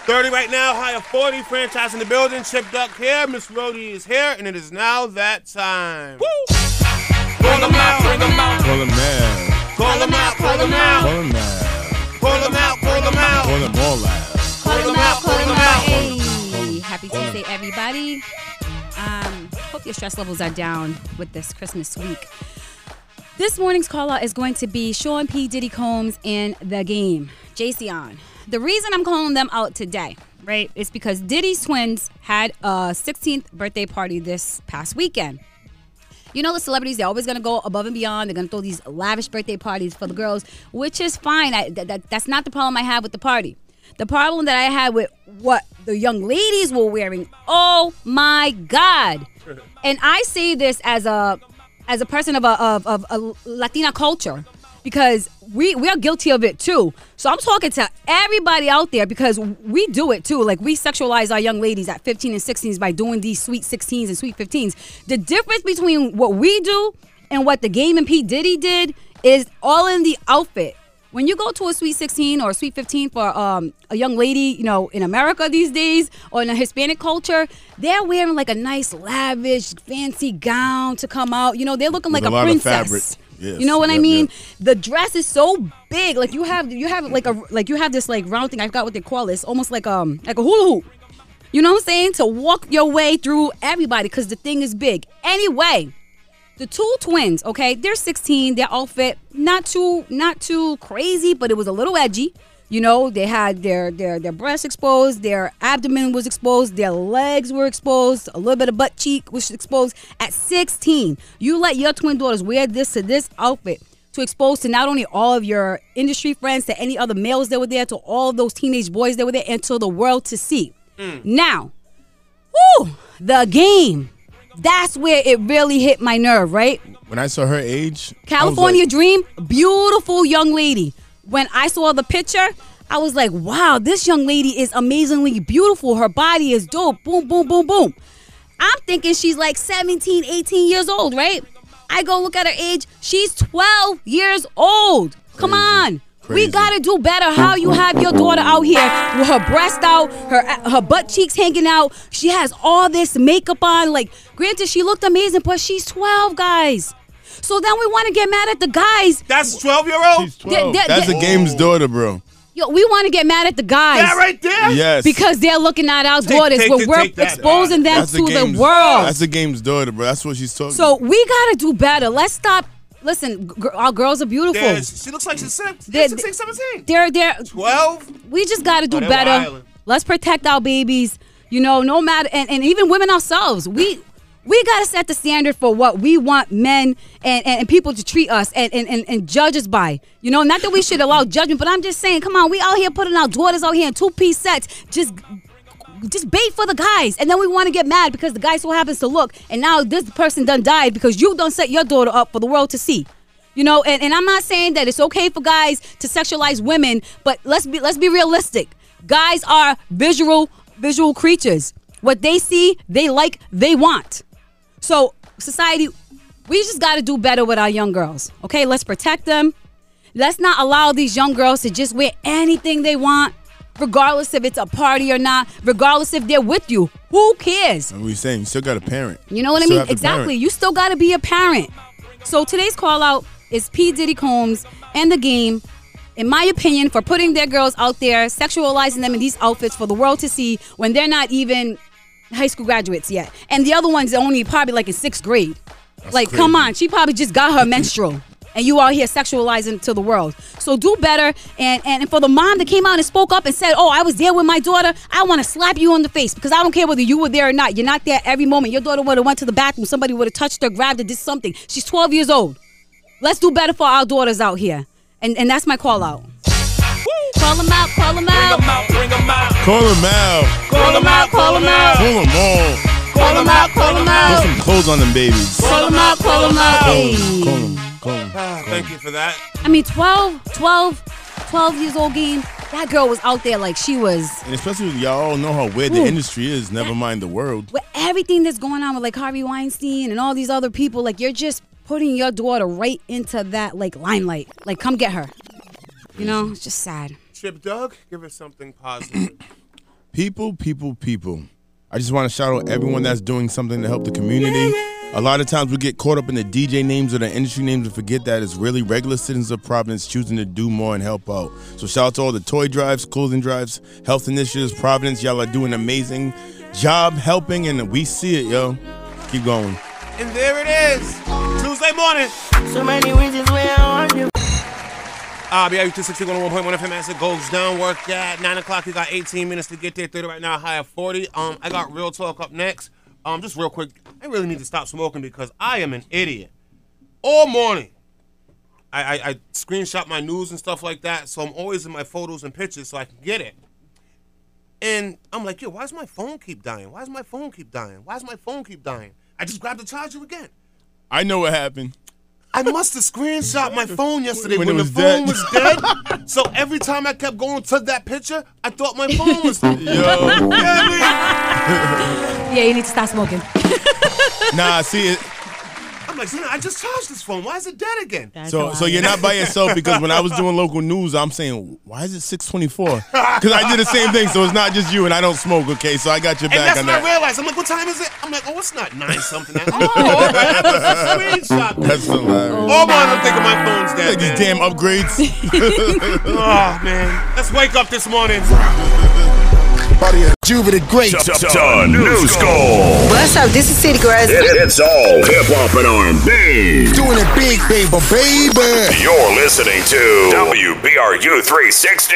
I: 30 right now, high of 40, franchise in the building. Chip Duck here, Miss Rhodey is here, and it is now that time. Woo! Pull them out, bring them out.
Q: Call him mad.
I: Pull them out, pull them out.
Q: Call him mad.
I: Pull them out, pull them out.
Q: Call him all out.
P: Call
I: them out, call them out.
P: Hey, happy Tuesday, everybody. Um, hope your stress levels are down with this Christmas week. This morning's call out is going to be Sean P. Diddy Combs and The Game, Jason. The reason I'm calling them out today, right, is because Diddy's twins had a 16th birthday party this past weekend. You know, the celebrities, they're always going to go above and beyond. They're going to throw these lavish birthday parties for the girls, which is fine. I, that, that, that's not the problem I have with the party. The problem that I had with what the young ladies were wearing, oh my God. And I see this as a as a person of a, of, of a Latina culture because we, we are guilty of it too. So I'm talking to everybody out there because we do it too. Like we sexualize our young ladies at 15 and 16s by doing these sweet 16s and sweet 15s. The difference between what we do and what the game and P Diddy did is all in the outfit. When you go to a sweet 16 or a sweet 15 for um, a young lady, you know, in America these days or in a Hispanic culture, they're wearing like a nice, lavish, fancy gown to come out. You know, they're looking
Q: With
P: like
Q: a
P: a,
Q: lot of
P: princess.
Q: fabric. Yes.
P: You know what I
Q: Yep,
P: mean?
Q: yep.
P: The dress is so big. Like you have you have like a like you have this like round thing. I forgot what they call this. Almost like um like a hula hoop. You know what I'm saying? To walk your way through everybody because the thing is big. Anyway, the two twins, okay, they're 16. Their outfit not too not too crazy, but it was a little edgy. You know, they had their their their breasts exposed, their abdomen was exposed, their legs were exposed, a little bit of butt cheek was exposed. At 16, you let your twin daughters wear this to this outfit to expose to not only all of your industry friends, to any other males that were there, to all those teenage boys that were there, and to the world to see. Now, woo, the game. That's where it really hit my nerve, right?
Q: When I saw her age, I was
P: California
Q: like,
P: Dream, beautiful young lady. When I saw the picture, I was like, wow, this young lady is amazingly beautiful. Her body is dope. Boom, boom, boom, boom. I'm thinking she's like 17, 18 years old, right? I go look at her age. She's 12 years old. Come on. We
E: Crazy.
P: gotta do better. How you have your daughter out here with her breast out, her her butt cheeks hanging out. She has all this makeup on. Like, granted, she looked amazing, but she's 12, guys. So then we want to get mad at the guys.
I: That's 12 year old.
Q: That's a game's daughter, bro.
P: Yo, we want to get mad at the guys.
Q: That right there? Yes.
P: Because they're looking at our
Q: Take-
P: daughters,
Q: take
P: but
Q: the-
P: we're
Q: take that.
P: exposing them
Q: That's
P: to the
Q: game's-
P: world.
Q: That's a game's daughter, bro. That's what she's talking.
P: So we gotta do better. Let's stop. Listen, g- our girls are beautiful.
Q: Yeah,
I: She looks like she's six,
P: They're-
I: 16, 17.
P: They're they're
I: 12.
P: We just got to do
I: Oh, they
P: better.
I: wildin'.
P: Let's protect our babies. You know, no matter and, and even women ourselves. We we got to set the standard for what we want men and, and, and people to treat us and, and, and, and judge us by. You know, not that we should allow judgment, but I'm just saying, come on, we out here putting our daughters out here in two piece sets, just just bait for the guys, and then we want to get mad because the guy so happens to look, and now this person done died because you done set your daughter up for the world to see. You know, and, and I'm not saying that it's okay for guys to sexualize women, but let's be let's be realistic. Guys are visual visual creatures. What they see, they like, they want. So society, we just got to do better with our young girls. Okay, let's protect them. Let's not allow these young girls to just wear anything they want, regardless if it's a party or not, regardless if they're with you. Who cares?
Q: And we saying you still got a parent.
P: You know what
Q: Still
P: I mean?
Q: have to
P: Exactly.
Q: parent.
P: You still got to be a parent. So today's call out is P. Diddy Combs and the game, in my opinion, for putting their girls out there, sexualizing them in these outfits for the world to see when they're not even high school graduates yet. And the other one's only probably like in sixth grade. like, come
E: crazy.
P: on, she probably just got her menstrual. And you out here sexualizing to the world. So do better. And, and and for the mom that came out and spoke up and said, Oh, I was there with my daughter, I wanna slap you on the face because I don't care whether you were there or not. You're not there every moment. Your daughter would have went to the bathroom, somebody would have touched her, grabbed her, did something. She's 12 years old. Let's do better for our daughters out here. And and that's my call out. Call them out, call them out.
I: Bring them out.
Q: Call him out.
P: Call them out, call them out.
Q: Pull them on.
P: Call them out, call them
Q: Put
P: out.
Q: some clothes on them babies.
P: Call them out, call them out.
Q: Call 'em, call 'em, call 'em.
I: Thank you for that.
P: I mean, 12, 12, 12 years old game. That girl was out there like she was
Q: And especially if y'all know how weird the
P: Ooh.
Q: industry is, never mind the world.
P: with everything that's going on with like Harvey Weinstein and all these other people. Like you're just putting your daughter right into that like limelight. Like come get her. You know, it's just sad.
I: Trip Doug, give us something positive.
Q: People, people, people. I just want to shout out everyone that's doing something to help the community. A lot of times we get caught up in the DJ names or the industry names and forget that it's really regular citizens of Providence choosing to do more and help out. So shout out to all the toy drives, clothing drives, health initiatives, Providence. Y'all are doing amazing job helping and we see it, yo. Keep going.
I: and there it is. Tuesday morning.
D: So many reasons why I want you.
I: Uh, BIU 260 101.1 FM as it goes down. Work at 9 o'clock. You got 18 minutes to get there. 30 right now, high of 40. Um, I got real talk up next. Um, just real quick, I really need to stop smoking because I am an idiot. All morning, I, I, I screenshot my news and stuff like that, so I'm always in my photos and pictures so I can get it. And I'm like, yo, why does my phone keep dying? Why does my phone keep dying? Why does my phone keep dying? I just grabbed the charger again.
Q: I know what happened.
I: I must have screenshot my phone yesterday when,
Q: When it was
I: the phone
Q: dead.
I: was dead. so every time I kept going to that picture, I thought my phone
Q: [laughs]
I: was dead.
P: Yeah, you need to stop smoking.
Q: Nah, see it.
I: I'm like, Zena, I just charged this phone. Why is it dead again?
Q: So, so you're not by yourself because when I was
P: [laughs]
Q: doing local news, I'm saying, why is it 624? Because I did the same thing. So it's not just you and I don't smoke, okay? So I got your
I: And
Q: back
I: that's
Q: on
I: when I
Q: that.
I: realized. I'm like, what time is it? I'm like, oh, it's not nine something.
Q: [laughs]
I: now. oh, all right, I must have screenshot.
Q: That's hilarious.
I: Oh man, I'm thinking my phone's
P: Oh.
I: dead.
Q: Like these damn upgrades.
I: oh man, let's wake up this morning.
R: Juve the Great.
A: The new school.
R: What's up? This is City Grass.
A: It- it's all hip hop and R&B.
R: Doing it big, baby, baby.
A: You're listening to WBRU 360,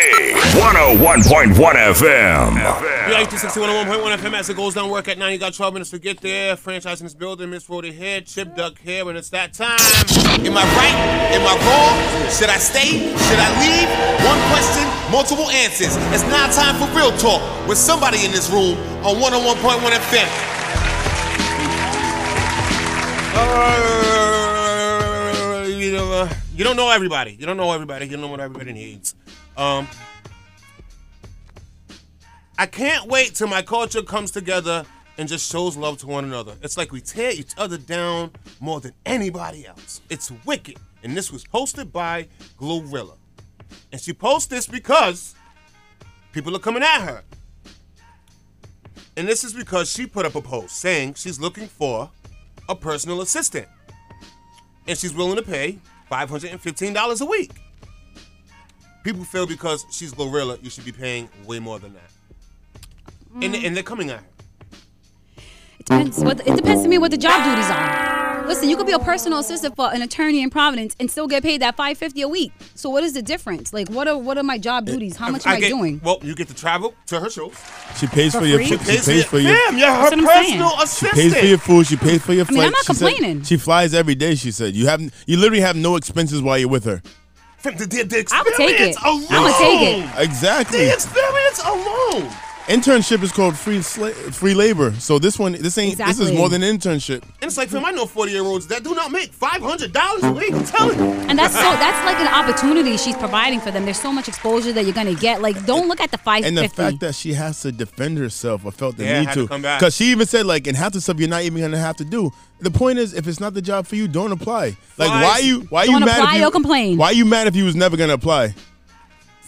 A: 101.1 FM.
I: Yeah, 261.1 FM as it goes down. Work at nine. You got 12 minutes to get there. Franchise in this building. Miss Rhoda here. Chip Duck here, and it's that time.
H: Am I right? Am I wrong? Should I stay? Should I leave? One question, multiple answers. It's now time for real talk with somebody in this room on 101.1 FM.
I: Uh, you know, uh, you don't know everybody. You don't know everybody. You don't know what everybody needs. Um, I can't wait till my culture comes together and just shows love to one another. It's like we tear each other down more than anybody else. It's wicked. And this was posted by Glorilla. And she posts this because people are coming at her. And this is because she put up a post saying she's looking for a personal assistant. And she's willing to pay $515 a week. People feel because she's Glorilla, you should be paying way more than that. And,
P: Mm.
I: and they're coming at her.
P: It depends. What the, it depends to me what the job duties are. Listen, you could be a personal assistant for an attorney in Providence and still get paid that five fifty a week. So what is the difference? Like, what are what are my job duties? How much am I,
I: get-
P: doing?
I: Well, you get to travel to her shows.
Q: She pays for,
P: For
Q: your
P: free?
Q: food. She
P: Pays for
Q: pays
P: your-
Q: for your.
I: Damn, you're her
P: That's what I'm saying.
I: personal
Q: She
I: assistant.
Q: pays for your food. She pays for your
P: I mean,
Q: flight.
P: I'm not
Q: she said
P: complaining.
Q: she flies every day. She said you have you literally have no expenses while you're with her.
I: Fam, The, the, the
P: I would take it.
I: experience
P: I
I: alone.
P: would take it.
Q: Exactly.
I: The experience alone.
Q: Internship is called free sla- free labor. So this one, this ain't. This is
P: Exactly.
Q: more than an internship.
I: And it's like, fam, I know 40 year olds that do not make $500 a week. I'm telling you.
P: And that's so that's like an opportunity she's providing for them. There's so much exposure that you're gonna get. Like, don't look at the five
Q: And the
P: fifty.
Q: fact that she has to defend herself, I felt the
I: Yeah,
Q: need
I: had
Q: to.
I: to come back.
Q: Because she even said, like, and half the stuff you're not even gonna have to do. The point is, if it's not the job for you, don't apply. Like,
I: Flies-
Q: why you why you
I: Don't
Q: mad?
I: apply
Q: if you,
I: or complain.
Q: Why you mad if you was never gonna apply?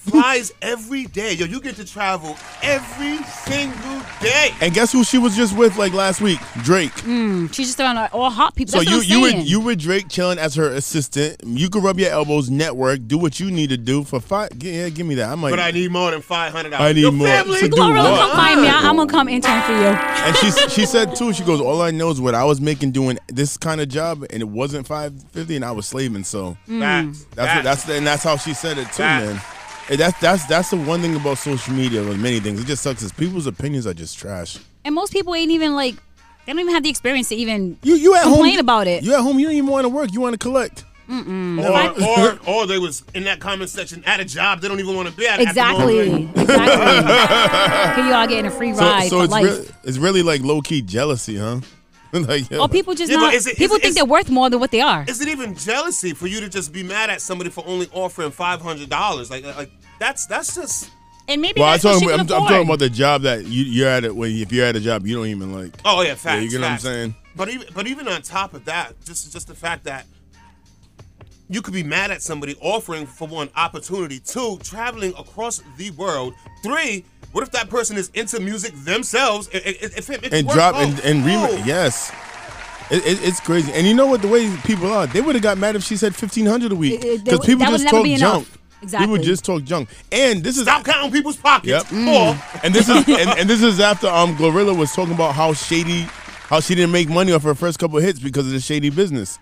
I: Flies every day. Yo, you get to travel every single day.
Q: And guess who she was just with like last week? Drake.
P: Mm, she's just around all hot people.
Q: So
P: That's
Q: you
P: what I'm
Q: you were
P: saying.
Q: you were Drake chilling as her assistant. You could rub your elbows, network, do what you need to do for five. Yeah, give me that. I might.
I: But I need more than $500.
Q: I need
I: Your
Q: more.
I: Family,
Q: So do
P: Glorilla, come
Q: what?
P: find me. I, am gonna come intern for you.
Q: and she she said too. She goes, all I know is what I was making doing this kind of job, and it wasn't five fifty, and I was slaving. So
P: Mm.
Q: that's
P: Facts.
Q: what, that's and that's how she said it too,
I: Facts.
Q: man. And that's that's that's the one thing about social media and many things. It just sucks is people's opinions are just trash.
P: And most people ain't even like they don't even have the experience to even
Q: you, you at home-
P: complain about it.
Q: You at home, you don't even want to work. You want to collect.
P: Mm-mm.
Q: [laughs]
I: Or, or, or they was in that comment section at a job they don't even want to be at. at the
P: exactly.
I: moment.
Q: [laughs]
P: Exactly. Can you all getting a free ride for
Q: it's
P: life?
Q: really it's really like low key jealousy, huh? [laughs] like yo.
P: Or Oh, people just
I: Yeah, but
P: not.
I: is it- is
P: people
I: it-
P: think
I: is-
P: they're worth more than what they are.
I: Is it even jealousy for you to just be mad at somebody for only offering five hundred dollars? Like, like that's that's just.
P: And maybe
Q: Well, I'm talking, I'm, I'm talking about the job that you, you're at. It, well, if you're at a job you don't even like.
I: Oh yeah, facts.
Q: you get what I'm
I: facts.
Q: saying?
I: But even but even on top of that, just just the fact that you could be mad at somebody offering for one opportunity, two traveling across the world, three. What if that person is into music themselves? I- I- If it, it's
Q: and
I: worth
Q: drop
I: both.
Q: and, and remix. Yes. It, it, it's crazy. And you know what? The way people are, they would have got mad if she said 1500 a week.
I: It- it- they
Q: Because
I: would-
Q: people
I: that would
Q: just
I: never
Q: talk
I: be enough.
Q: junk. People
I: Exactly.
Q: just talk junk. And this is.
I: Stop counting people's pockets.
Q: Yep. Mm.
I: Or-
Q: And this is and, and this is after um Glorilla was talking about how shady how she didn't make money off her first couple hits because of the shady business.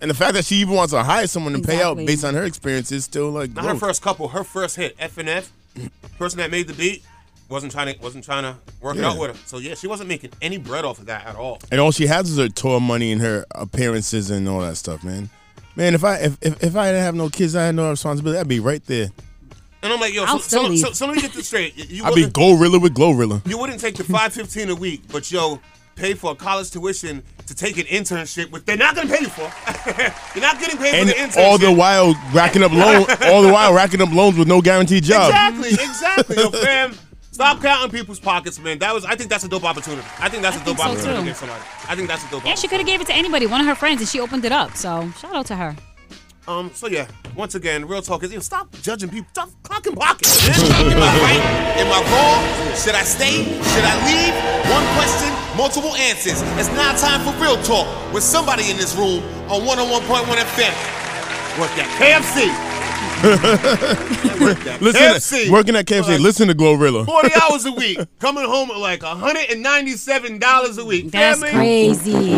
Q: And the fact that she even wants to hire someone to pay out
I: Exactly.
Q: based on her experience is still like
I: Not her
Q: growth.
I: first couple, her first hit, F and F. [clears throat] Person that made the beat wasn't trying to wasn't trying to work it
Q: Yeah.
I: out with her. So yeah, she wasn't making any bread off of that at all.
Q: And all she has is her tour money and her appearances and all that stuff, man. Man, if I if if, if I didn't have no kids, I had no responsibility. I'd be right there.
I: And I'm like, yo, so,
P: I'll still
I: so,
P: leave.
I: so, so let me get this straight. You- You
Q: [laughs] I'd be
I: wouldn't,
Q: Glorilla with Glorilla.
I: you wouldn't take the five fifteen a week, but yo, pay for a college tuition to take an internship, which they're not gonna pay you for. [laughs] You're not getting paid
Q: And
I: for the internship.
Q: all the while racking up
I: [laughs]
Q: loan, all the while racking up loans with no guaranteed job.
I: Exactly,
Q: [laughs]
I: exactly. Yo, fam, stop counting people's pockets, man. That was I think that's a dope opportunity. I think that's a dope
P: so,
I: opportunity
P: too.
I: to get somebody. I think that's a dope
P: And she could have gave it to anybody, one of her friends, and she opened it up. So shout out to her.
I: Um, so yeah, once again, real talk is you know, stop judging people. Stop clocking pockets. man. Am I right? Am I wrong? Should I stay? Should I leave? One question, multiple answers. It's now time for real talk with somebody in this room on 101.1 FM. Work that KFC.
Q: Listen,
I: KFC.
Q: working at KFC, listen to Glorilla.
I: 40 hours
Q: [laughs]
I: a week, coming home at like $197 a week.
P: That's
I: Family?
P: crazy.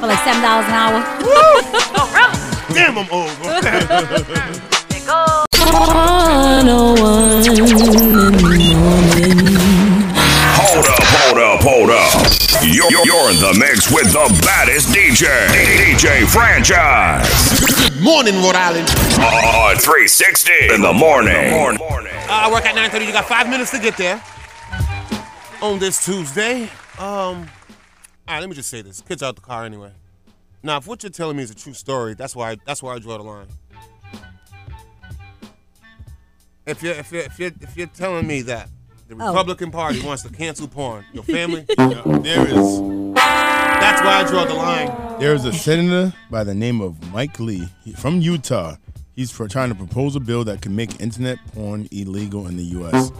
P: For like seven dollars an hour. [laughs]
I: Damn, I'm old. [laughs] bro.
A: 101 in Hold up, hold up, hold up. You're, you're- you're in the mix with the baddest DJ, DJ Franchise. Good
I: morning, Rhode Island.
A: On 360 in the morning.
I: Uh, I work at 9:30. You got five minutes to get there. On this Tuesday, um, all right. Let me just say this: kids out the car anyway. Now, if what you're telling me is a true story, that's why that's where I draw the line. If you're if you're if you're, if you're telling me that The
P: Oh.
I: Republican
P: [laughs]
I: Party wants to cancel porn. Your family? Yeah, there is. That's why I draw the line.
Q: There is a senator by the name of Mike Lee from Utah. He's for trying to propose a bill that could make internet porn illegal in the U.S.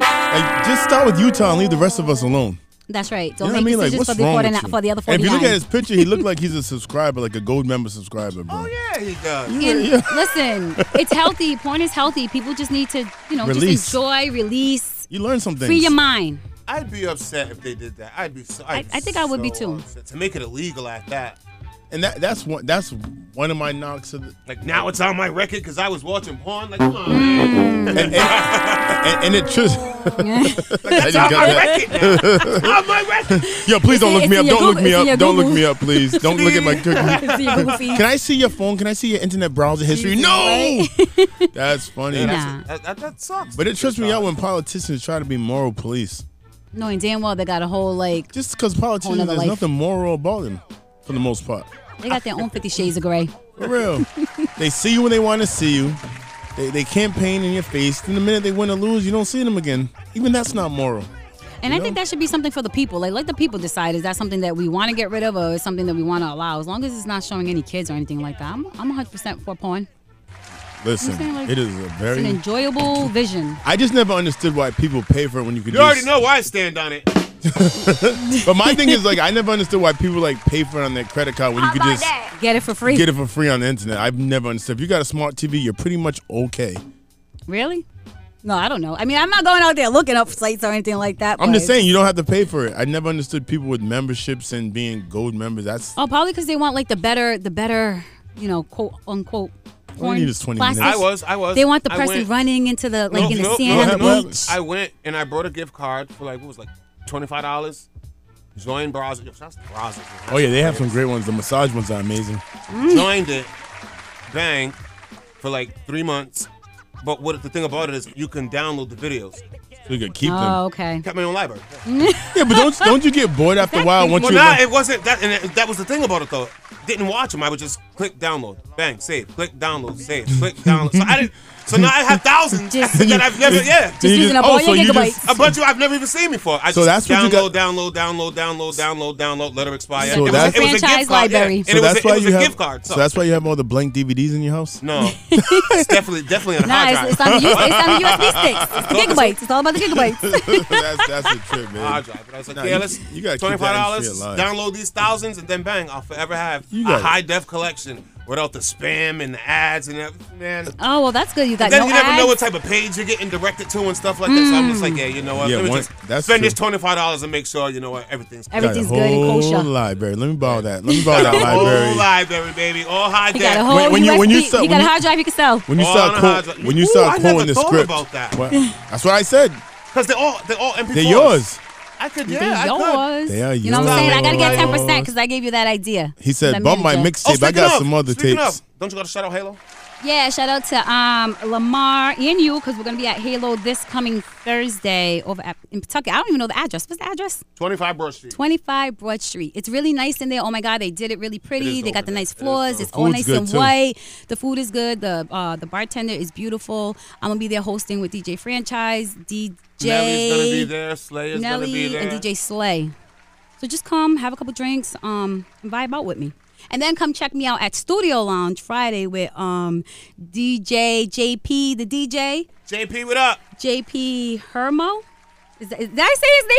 Q: Like, just start with Utah and leave the rest of us alone.
P: That's right. Don't
Q: You know
P: make
Q: what I mean? Like,
P: decisions
Q: what's
P: for, the
Q: wrong
P: 49
Q: with you?
P: for the other 49.
Q: And If you look at his picture, he looked like he's a subscriber, like a gold member subscriber,
P: Oh,
Q: bro.
I: Oh, Yeah, he
Q: [laughs]
I: does.
P: And listen, it's healthy. Porn is healthy. People just need to, you know,
I: Release.
P: just enjoy, release,
Q: You learn some
P: free your
Q: [laughs]
P: mind.
I: I'd be upset if they did that. I'd be so. I'd
P: I- I think I would be
I: so
P: too.
I: upset. To make it illegal at that.
Q: And that that's one that's one of my knocks of the
I: Like now it's on my record because I was watching porn. Like come on.
Q: Mm. and,
I: man.
Q: and, and, and it just [laughs]
I: That's on my [laughs] record now. It's on my record.
Q: [laughs] Yo, please don't
I: It's
Q: look
I: in-
Q: me up.
I: it's in your
Q: Don't look
I: Google-
Q: me
I: it's in your
Q: up. Don't look
I: Google.
Q: me up, please. Don't look at my
I: It's in your Google
Q: cookie.
I: feed.
Q: Can I see your phone? Can I see your internet browser history? No. [laughs] That's funny.
I: Yeah, that's- that, that, that sucks.
Q: But it trips me out when politicians try to be moral police.
P: Knowing damn well they got a whole, like,
Q: just because
P: whole
Q: politicians, There's
P: nother life.
Q: nothing moral about them, for the most part.
P: They got their own Fifty Shades of Grey.
Q: For
P: [laughs]
Q: real. they see you when they want to see you. They, they campaign in your face. Then the minute they win or lose, you don't see them again. Even that's not moral.
P: And I think that should be something for the people. Like, let the people decide. Is that something that we want to get rid of or is something that we want to allow? As long as it's not showing any kids or anything like that, I'm, I'm 100% for porn.
Q: Listen,
P: I'm saying, like,
Q: it is a
P: It's
Q: very.
P: an enjoyable vision.
Q: I just never understood why people pay for it when you could.
I: You
Q: just-
I: already know why I stand on it.
Q: but my thing is like I never understood why people like pay for it on their credit card when you could just
P: Get it for free.
Q: get it for free on the internet. I've never understood. If you got a smart TV, you're pretty much okay.
P: Really? No, I don't know. I mean, I'm not going out there looking up sites or anything like that.
Q: I'm just
P: but-
Q: saying you don't have to pay for it. I never understood people with memberships and being gold members. That's
P: Oh, probably because they want like the better, the better, you know, quote unquote.
Q: we
P: porn
Q: need is 20
P: classes.
Q: minutes.
I: I was- I was.
P: They want the
I: I
P: person
I: went-
P: running into the like in the sand. on the beach.
I: I went and I brought a gift card for like what was it, like twenty five dollars. Joined browser. Yo, shout out to browser.
Q: Oh yeah, they have some great ones. The massage ones are amazing.
P: Mm.
I: Joined it, bang, for like three months. But what the thing about it is, you can download the videos.
Q: So you could keep
P: Oh, okay.
I: Kept my own library.
Q: Yeah, but don't don't you get bored after a while once
I: well,
Q: you?
I: nah, it wasn't that, and that- that was the thing about it though. Didn't watch them. I would just click download, bang, save, click download, save,
Q: [laughs]
I: click download. So I didn't. So now I have thousands [laughs] that I've never, yeah,
Q: Just using up all Oh, so your you gigabytes. just-
I: a bunch of I've never even seen before. I
Q: So
I: just
Q: that's what you
I: download,
Q: got-
I: download, download, download, download, download, let her expire.
Q: So
I: it,
Q: that's-
I: was, it was a gift
P: Franchise
I: card, yeah.
P: library.
I: And
Q: so
I: it was,
Q: that's
I: a,
Q: why
I: it was
Q: you
I: a
Q: have.
I: gift card. So,
Q: So that's why you have all the blank DVDs in your
P: [laughs]
Q: house.
I: No, it's definitely definitely on a
P: Nah,
I: hard
P: it's,
I: drive.
P: it's on the, U- it's on the USB sticks.
I: [laughs]
P: It's the gigabytes. It's all about the gigabytes.
Q: [laughs] that's that's a trip, man.
I: Hard drive. But I was like,
Q: Nah,
I: yeah,
Q: you-
I: let's
Q: you gotta keep
I: twenty five
Q: that shit
I: dollars.
Q: alive.
I: Download these thousands, and then bang, I'll forever have
Q: You
I: a
Q: got it.
I: high def collection without the spam and the ads and everything, man.
P: oh well, that's good. You got
I: then
P: no
I: you never
P: ads.
I: know what type of page you're getting directed to and stuff like that. So I'm just like, yeah, you know what?
Q: Yeah,
I: Let me
Q: one-
I: just
Q: that's
I: spend
Q: true.
I: this twenty five dollars and make sure you know what everything's
Q: You got a whole library. Let me borrow that. Let me borrow that
I: [laughs] Whole
Q: library.
I: library, baby. All high
P: He
I: def.
P: got a whole
Q: when you-
P: USB.
Q: when you sell-
P: he
Q: when
P: got a
Q: you-
P: hard drive. He can sell.
Q: When you
I: Oh,
Q: start
I: I don't know
Q: quote,
I: how-
Q: when you
I: Ooh, I
Q: start
I: never
Q: quoting the
I: thought
Q: script,
I: about that.
P: [laughs]
Q: What? that's what I said.
I: Because they're all they're all MP4s.
Q: They're yours.
I: I could,
P: They're
I: yeah, I
P: yours.
Q: They are
P: You know what I'm saying?
Q: yours.
P: I gotta get ten percent because I gave you that idea.
Q: He said,
P: That
Q: "Bump
P: manager.
Q: my
I: could. Oh,
Q: mixtape. I
I: speaking
Q: got
I: of-
Q: some other
I: speaking of,
Q: tapes."
I: don't you got to shout out Halo?
P: Yeah, shout out to um, Lamar and you because we're gonna be at Halo this coming Thursday over at in Pawtucket. I don't even know the address. What's the address?
I: Twenty five Broad Street.
P: 25 Broad Street. It's really nice in there. Oh my God, they did it really
I: It
P: pretty.
I: is
P: they got the nice floors. it's
I: The
P: all
I: food's
P: nice
I: good,
P: and
I: too.
P: white. The food is good. The uh, the bartender is beautiful. I'm gonna be there hosting with DJ Franchise, DJ
I: Nelly's gonna be there. Slayer's gonna be
P: Nelly
I: there.
P: and DJ Slay. So just come, have a couple drinks, um, and vibe out with me. And then come check me out at Studio Lounge Friday with um, DJ JP, the DJ.
I: JP, what up?
P: JP Hermo. Is that, did I say his name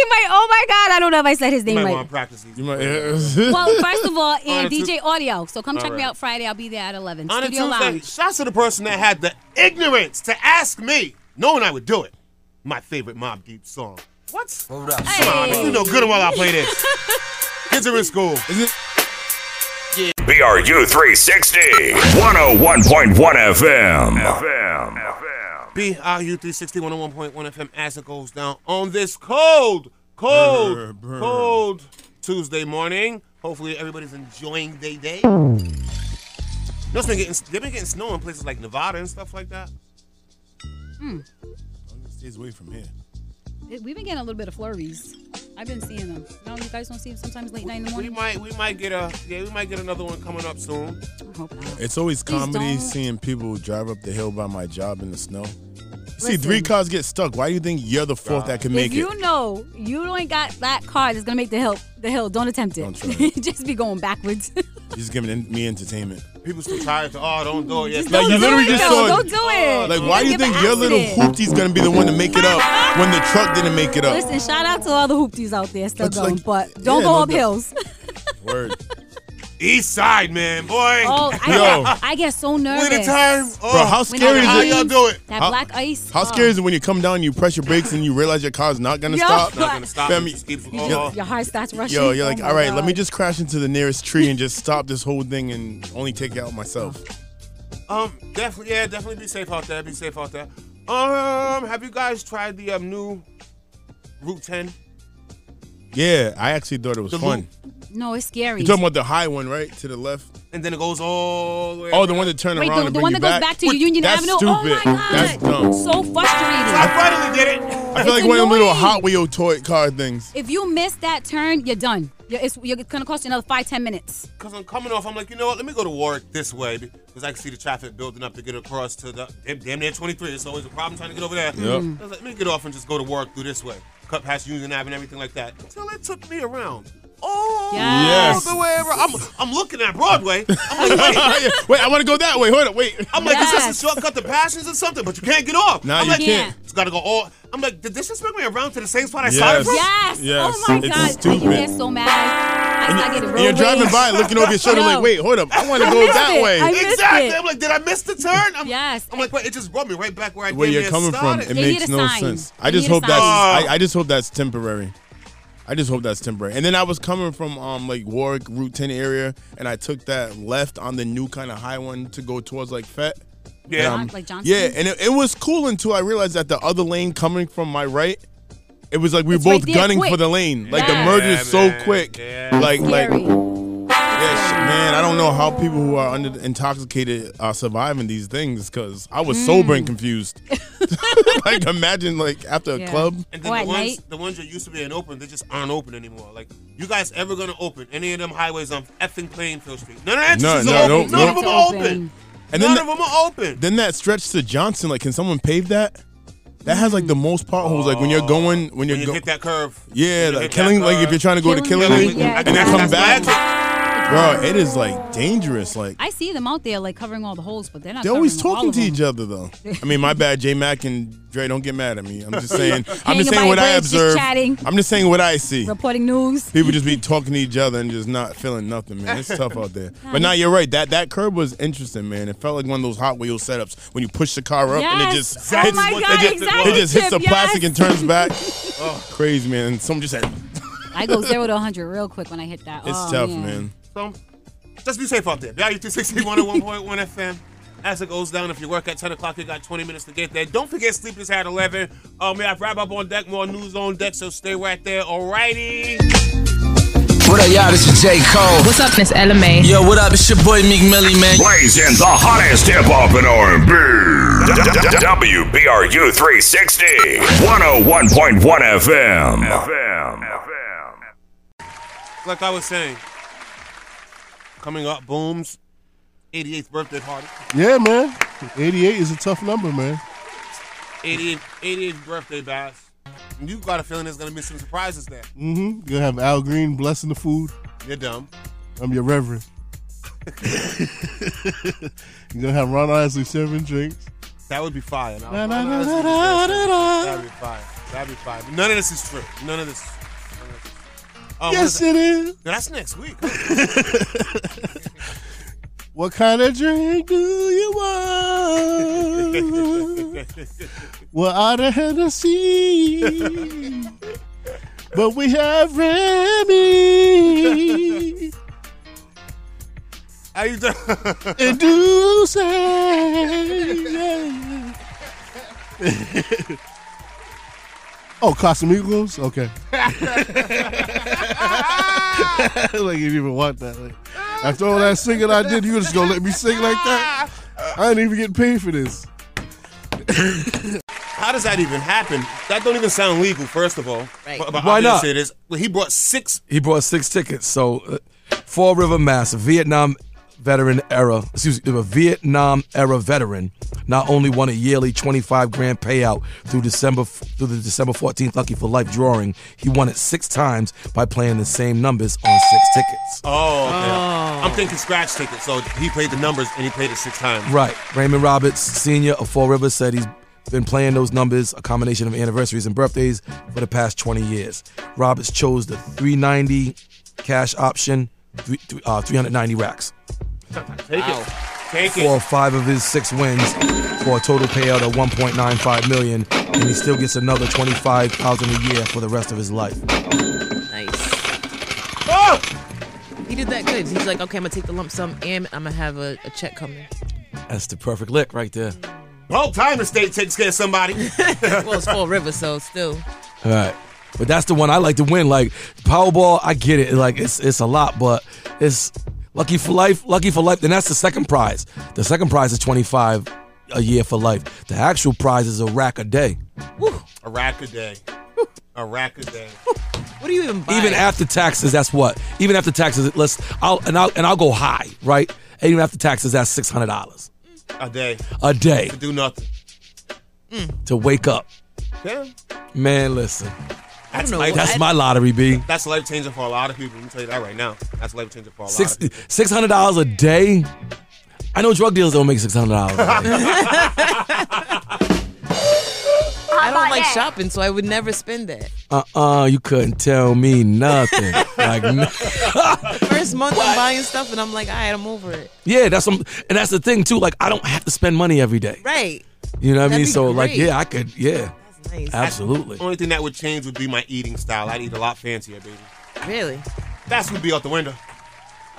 P: right? Oh my God, I don't know if I said his
I: You
P: name
I: might
P: right.
I: want to practice these.
Q: You might, [laughs]
P: Well, first of all,
I: On a
P: and
I: Tu-
P: DJ Audio. So come
I: All
P: check me
I: right.
P: out Friday. I'll be there at 11.
I: On a
P: Studio
I: Tuesday,
P: Lounge.
I: shouts to the person that had the ignorance to ask me, knowing I would do it. My favorite Mob Deep song. What? Hold up. Come on, man. you know good and well I
P: [laughs]
I: play this. Kids are in school.
A: BRU 360, 101.1 FM.
I: BRU 360 101.1 FM as it goes down on this cold, cold, cold Tuesday morning. Hopefully everybody's enjoying their day. You know, it's been getting, they've been getting snow in places like Nevada and stuff like that.
Q: Stays away from here.
P: We've been getting a little bit of flurries. I've been seeing them. No, you guys don't see them sometimes late night in the
I: We
P: morning.
I: might, we might get a, yeah, we might get another one coming up soon.
P: I hope not.
Q: It's always
P: Please
Q: comedy
P: don't.
Q: seeing people drive up the hill by my job in the snow. See, three cars get stuck. Why do you think you're the fourth that can make
P: if you
Q: it?
P: know you ain't got that card that's gonna make the hill, the hill, don't attempt it. [laughs] Just be going backwards.
Q: Just giving in- me entertainment.
I: People still tired. To, oh, don't
P: [laughs]
I: do it. Yes,
Q: Like you literally just saw.
P: Don't do it.
Q: Like, why do you think your little hoopty's gonna be the one to make it up when the truck didn't make it up?
P: Listen, shout out to all the hoopties out there still
Q: It's
P: going,
Q: like-
P: but don't go
Q: yeah, no
P: up
Q: doubt.
P: hills.
Q: Word.
I: East Side, man, boy.
P: Oh, I,
Q: Yo.
P: get, I get so nervous.
I: Winter time. Oh,
Q: Bro, how
P: When
Q: scary
P: that
Q: is
P: ice-
Q: it? How y'all do it?
P: That
Q: How-
P: black ice.
Q: How
P: oh.
Q: scary is it when you come down, you press your brakes, and you realize your car's not gonna
P: Yo.
Q: stop?
P: Not [laughs] gonna stop.
Q: Fam,
P: It
I: just keeps-
Q: you-
P: Your, your heart starts rushing. [laughs]
Q: Yo, you're like,
P: Oh my
Q: all right, let
P: God.
Q: me just crash into the nearest tree and just stop this whole thing and only take it out myself.
I: Um, definitely, yeah, definitely be safe out there. Be safe out there. Um, have you guys tried the um, new Route 10?
Q: Yeah, I actually thought it was
I: The
Q: fun.
P: No, it's scary.
Q: You're talking about the high one, right? To the left.
I: And then it goes all the way.
Q: Oh, the one that turned
P: Wait,
Q: around
P: the,
Q: and
P: the
Q: bring
P: one
Q: you
P: that goes
Q: back?
P: back to Union
Q: That's
P: Avenue.
Q: stupid.
P: Oh my God.
Q: That's dumb.
P: So frustrating.
I: I finally did it. [laughs]
Q: I feel
P: It's
Q: like one of them little
P: annoying.
Q: Hot Wheel toy
P: [laughs]
Q: car things.
P: If you miss that turn, you're done. You're, it's, you're, it's gonna cost you another five, ten minutes.
I: Because I'm coming off, I'm like, you know what? Let me go to Warwick this way because I can see the traffic building up to get across to the damn, damn near 23. It's always a problem trying to get over there.
Q: Yep.
I: I was like, let me get off and just go to Warwick through this way. Cut past Union Ave and everything like that. Until it took me around. Oh,
Q: Yes.
I: all the way around. I'm, I'm looking at Broadway. I'm like,
Q: Yeah, [laughs] wait, I want to go that way. Hold up, wait.
I: I'm like, is this a shortcut to Passions or something? But you can't get off.
Q: Nah,
I: I'm
Q: you
I: like,
Q: can't.
I: It's gotta go all. I'm like, did this just bring me around to the same spot I
Q: Yes.
I: started from?
P: Yes.
Q: Yes.
P: Oh my
Q: It's
P: God.
Q: stupid.
P: You get so mad. I start getting
Q: And you're
P: road
Q: driving
P: rage.
Q: by, looking over your shoulder,
P: No.
Q: like, wait, hold up, I want
P: I
Q: to go
P: missed
Q: that
P: it.
Q: way.
P: I missed
I: Exactly.
P: it.
I: I'm like, did I miss the turn? I'm,
P: yes.
I: I'm like, wait, it just brought me right back where I
Q: Where
I: damn
Q: you're
I: near
Q: coming from,
I: started.
Q: it makes no sense. I just hope that's I, I just hope that's temporary. I just hope that's temporary. And then I was coming from um like Warwick Route 10 area, and I took that left on the new kind of high one to go towards like Fett.
P: Yeah.
Q: And, um,
P: John- like Johnston?
Q: Yeah, and it, it was cool until I realized that the other lane coming from my right, it was like we
P: It's
Q: were
P: right
Q: both
P: there,
Q: gunning
P: quick.
Q: for the lane. Like the
P: Yeah.
Q: merge is so
I: Yeah, man.
Q: quick.
I: Yeah.
Q: Like like
P: Scary.
Q: yeah, shit, man, I don't know how people who are under intoxicated are surviving these things because I was sober
P: Hmm. [laughs]
Q: and confused. [laughs] like, imagine like after a club.
I: And
P: Oh,
I: then the ones, the ones that used to be an open, they just aren't open anymore. Like, you guys ever gonna open any of them highways on effing Plainfield Street? None of the entrances
Q: No,
I: are
Q: no,
I: open.
Q: no,
I: None of
Q: no.
I: them are open.
Q: And
I: None
Q: then
I: of them are open.
Q: Then that stretch to Johnson, like, can someone pave that? That has like the
P: Hmm.
Q: most potholes. Like when you're going, when you're
I: Oh, you
Q: go-
I: hit that curve.
Q: yeah,
I: you
Q: like
I: hit that uh,
Q: killing. Like if you're trying to go to Killingley and then come back, bro, it is like dangerous. Like
P: I see them out there like covering all the holes, but they're not.
Q: They're always
P: covering all
Q: talking
P: of
Q: to
P: them.
Q: each other though. I mean, my bad, J Mac and Dre. Don't get mad at me. I'm
P: [laughs]
Q: just saying. I'm
P: Hanging
Q: just
P: by a
Q: saying what I
P: bridge, just
Q: observe.
P: chatting.
Q: I'm just saying what I see.
P: Reporting news.
Q: People just be talking to each other and just not feeling nothing, man. It's tough out there. But now you're right. That that curb was interesting, man. It felt like one of those Hot Wheel setups when you push the car up and it
P: Yes.
Q: just
P: Oh
Q: hits,
P: my God,
Q: it just,
P: exactly,
Q: it just hits the
P: Chip,
Q: plastic
P: yes.
Q: and turns
P: [laughs]
Q: back. Oh, Crazy, man. And someone just said,
P: I go zero to 100 real quick when I hit that.
Q: "It's
P: Oh,
Q: tough,
P: man.
Q: man."
I: So just be safe out there.
Q: [laughs]
I: Value 260 101.1 FM. As it goes down, if you work at 10 o'clock, you got 20 minutes to get there. Don't forget, sleep is at 11. Um, we have wrap up on deck, more news on deck, so stay right there. Alrighty.
E: What up, y'all? This is J. Cole. What's up, Miss Ella May? Yo, what up? It's your boy Meek Millie, man.
A: Blazing the hottest hip hop and R&B. WBRU 360 101.1 FM.
I: Like I was saying, coming up, Boom's 88th birthday party.
F: Yeah, man. 88 is a tough number, man.
I: 88th, 88th birthday bash. You got a feeling there's going to be some surprises there.
F: Mm-hmm. You're gonna have Al Green blessing the food.
I: You're dumb.
F: I'm your
Q: [laughs]
F: reverend. You're gonna have Ron Isley serving drinks.
I: That would be fire. Now,
F: Na, na, na, na, na, na, na.
I: That'd be fire. That'd be fire. None of this is true. None of this. none of this.
P: Oh,
I: Um,
F: Yes,
I: what
F: it is.
I: That's next week.
F: What kind of drink do you want? Well, out of Hennessy, but we have Remy.
I: How you doing?
F: and do say. oh, Casamigos?
I: [laughs]
F: Okay. [laughs] like, if you even want that. Like, after all that singing I did, you just gonna let me sing like that? I ain't even getting paid for this.
I: How does that even happen? That don't even sound legal. First of all,
V: Right.
I: But- but
V: Why
I: I didn't
V: not?
I: say this. Well, he brought six.
V: He brought six tickets. So, uh, Fall River Mass, Vietnam
B: veteran era, excuse me, a Vietnam era veteran, not only won a yearly 25 grand payout through December through the December 14th Lucky for Life drawing, he won it six times by playing the same numbers on six tickets.
I: Oh, okay. I'm thinking scratch ticket. So he played the numbers and he played it six times.
B: Right. Raymond Roberts, senior of Fall River, said he's been playing those numbers, a combination of anniversaries and birthdays, for the past 20 years. Roberts chose the 390 cash option, three, th- uh, 390 racks
I: Take it. Take it.
B: for five of his six wins for a total payout of 1.95 million, and he still gets another 25,000 a year for the rest of his life.
I: Ah!
V: He did that good. He's like, okay, I'm gonna take the lump sum and I'm gonna have a, a check coming.
B: That's the perfect lick right there.
I: Well, time estate takes care of somebody.
V: well, it's Fall River, so still.
B: All right. But that's the one I like to win. Like Powerball, I get it. Like it's it's a lot, but it's lucky for life. Lucky for life. Then that's the second prize. The second prize is twenty five a year for life. The actual prize is a rack a day.
I: A rack a day. A rack a day.
V: What are you even buying?
B: Even after taxes, that's what. Even after taxes, let's. I'll and I'll and I'll go high, right? Even after taxes, that's six hundred dollars
I: A day.
B: a day
I: To do nothing.
B: to wake up.
I: Yeah.
B: Man, listen,
I: That's,
B: my, that's my lottery, b.
I: That's life changing for a lot of people. Let me tell you that right now. That's life changing for a lot
B: Six
I: of people.
B: six hundred dollars a day. I know drug dealers don't make six hundred dollars.
V: I don't like shopping, so I would never spend that.
B: Uh-uh, you couldn't tell me nothing. [laughs] like, no-
V: First month I'm buying stuff and I'm like, all right, I'm over it.
B: yeah, that's some, and that's the thing too. Like, I don't have to spend money every day.
V: Right.
B: You know what I
I: That'd
B: mean?
I: be
B: So, like,
I: great.
B: yeah, I could, yeah, absolutely.
I: Only thing that would change would be my eating style. I'd eat a lot fancier, baby.
V: Really?
I: Fast food would be out the window.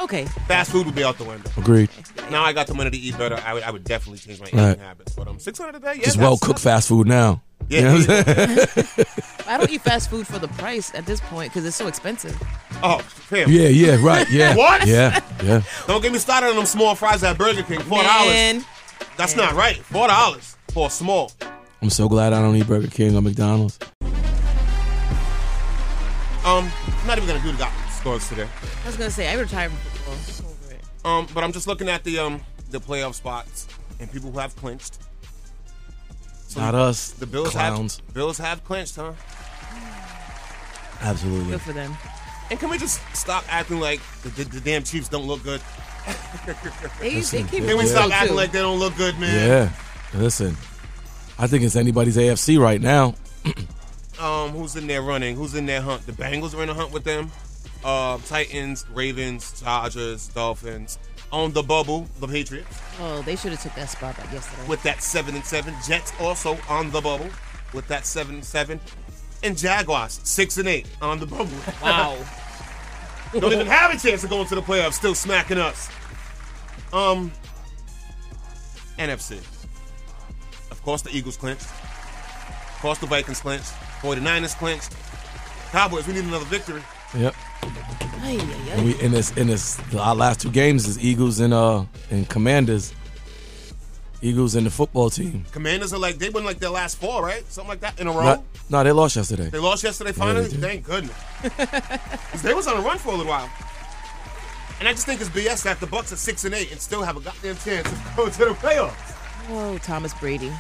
V: Okay.
I: Fast food would be out the window.
B: Agreed.
I: Now I got the money to eat better. I would, I would definitely change my eating
B: Right.
I: habits. But um, six hundred a day. Yeah,
B: Just
I: that's-
B: well cooked fast food now.
I: Yeah,
B: you know what
I: yeah.
B: I'm saying?
V: I don't eat fast food for the price at this point because it's so expensive.
I: Oh, fam.
B: yeah, yeah, right, yeah.
I: [laughs] What?
B: Yeah, yeah.
I: Don't get me started on them small fries at Burger King. Four dollars. That's not right. Four dollars for a small.
B: I'm so glad I don't eat Burger King or McDonald's.
I: Um, I'm not even gonna do the go- scores today.
V: I was gonna say I retired from football. I'm over it.
I: Um, but I'm just looking at the um the playoff spots and people who have clinched.
B: Not us,
I: The Bills
B: clowns.
I: have Bills have clinched, huh?
B: Absolutely.
V: for them.
I: And can we just stop acting like the, the, the damn Chiefs don't look good?
B: [laughs]
V: They, they keep
I: Can we stop
V: too.
I: acting like they don't look good, man?
B: Yeah. Listen, I think it's anybody's AFC right now.
I: Um, who's in there running? Who's in their hunt? The Bengals are in a hunt with them. Uh, Titans, Ravens, Chargers, Dolphins. On the bubble, the Patriots
V: Oh, they should have took that spot back yesterday.
I: with that seven and seven. Jets also on the bubble with that seven and seven. And Jaguars six and eight on the bubble.
V: Wow.
I: [laughs] Don't even have a chance of going to the playoffs. Still smacking us. Um, NFC. Of course, the Eagles clinched. Of course, the Vikings clinched. 49ers clinched. Cowboys, we need another victory.
B: Yep.
V: Ay, ay,
B: And we in this in this our last two games is Eagles and uh and Commanders. Eagles and the football team.
I: Commanders are like, they won like their last four, right? Something like that in a row.
B: Not, no, they lost yesterday.
I: They lost yesterday
B: Yeah, they
I: finally? Thank goodness. 'Cause they was on a run for a little while. And I just think it's BS that the Bucks are six and eight and still have a goddamn chance of [laughs] going to the playoffs.
V: Whoa, Oh, Thomas Brady.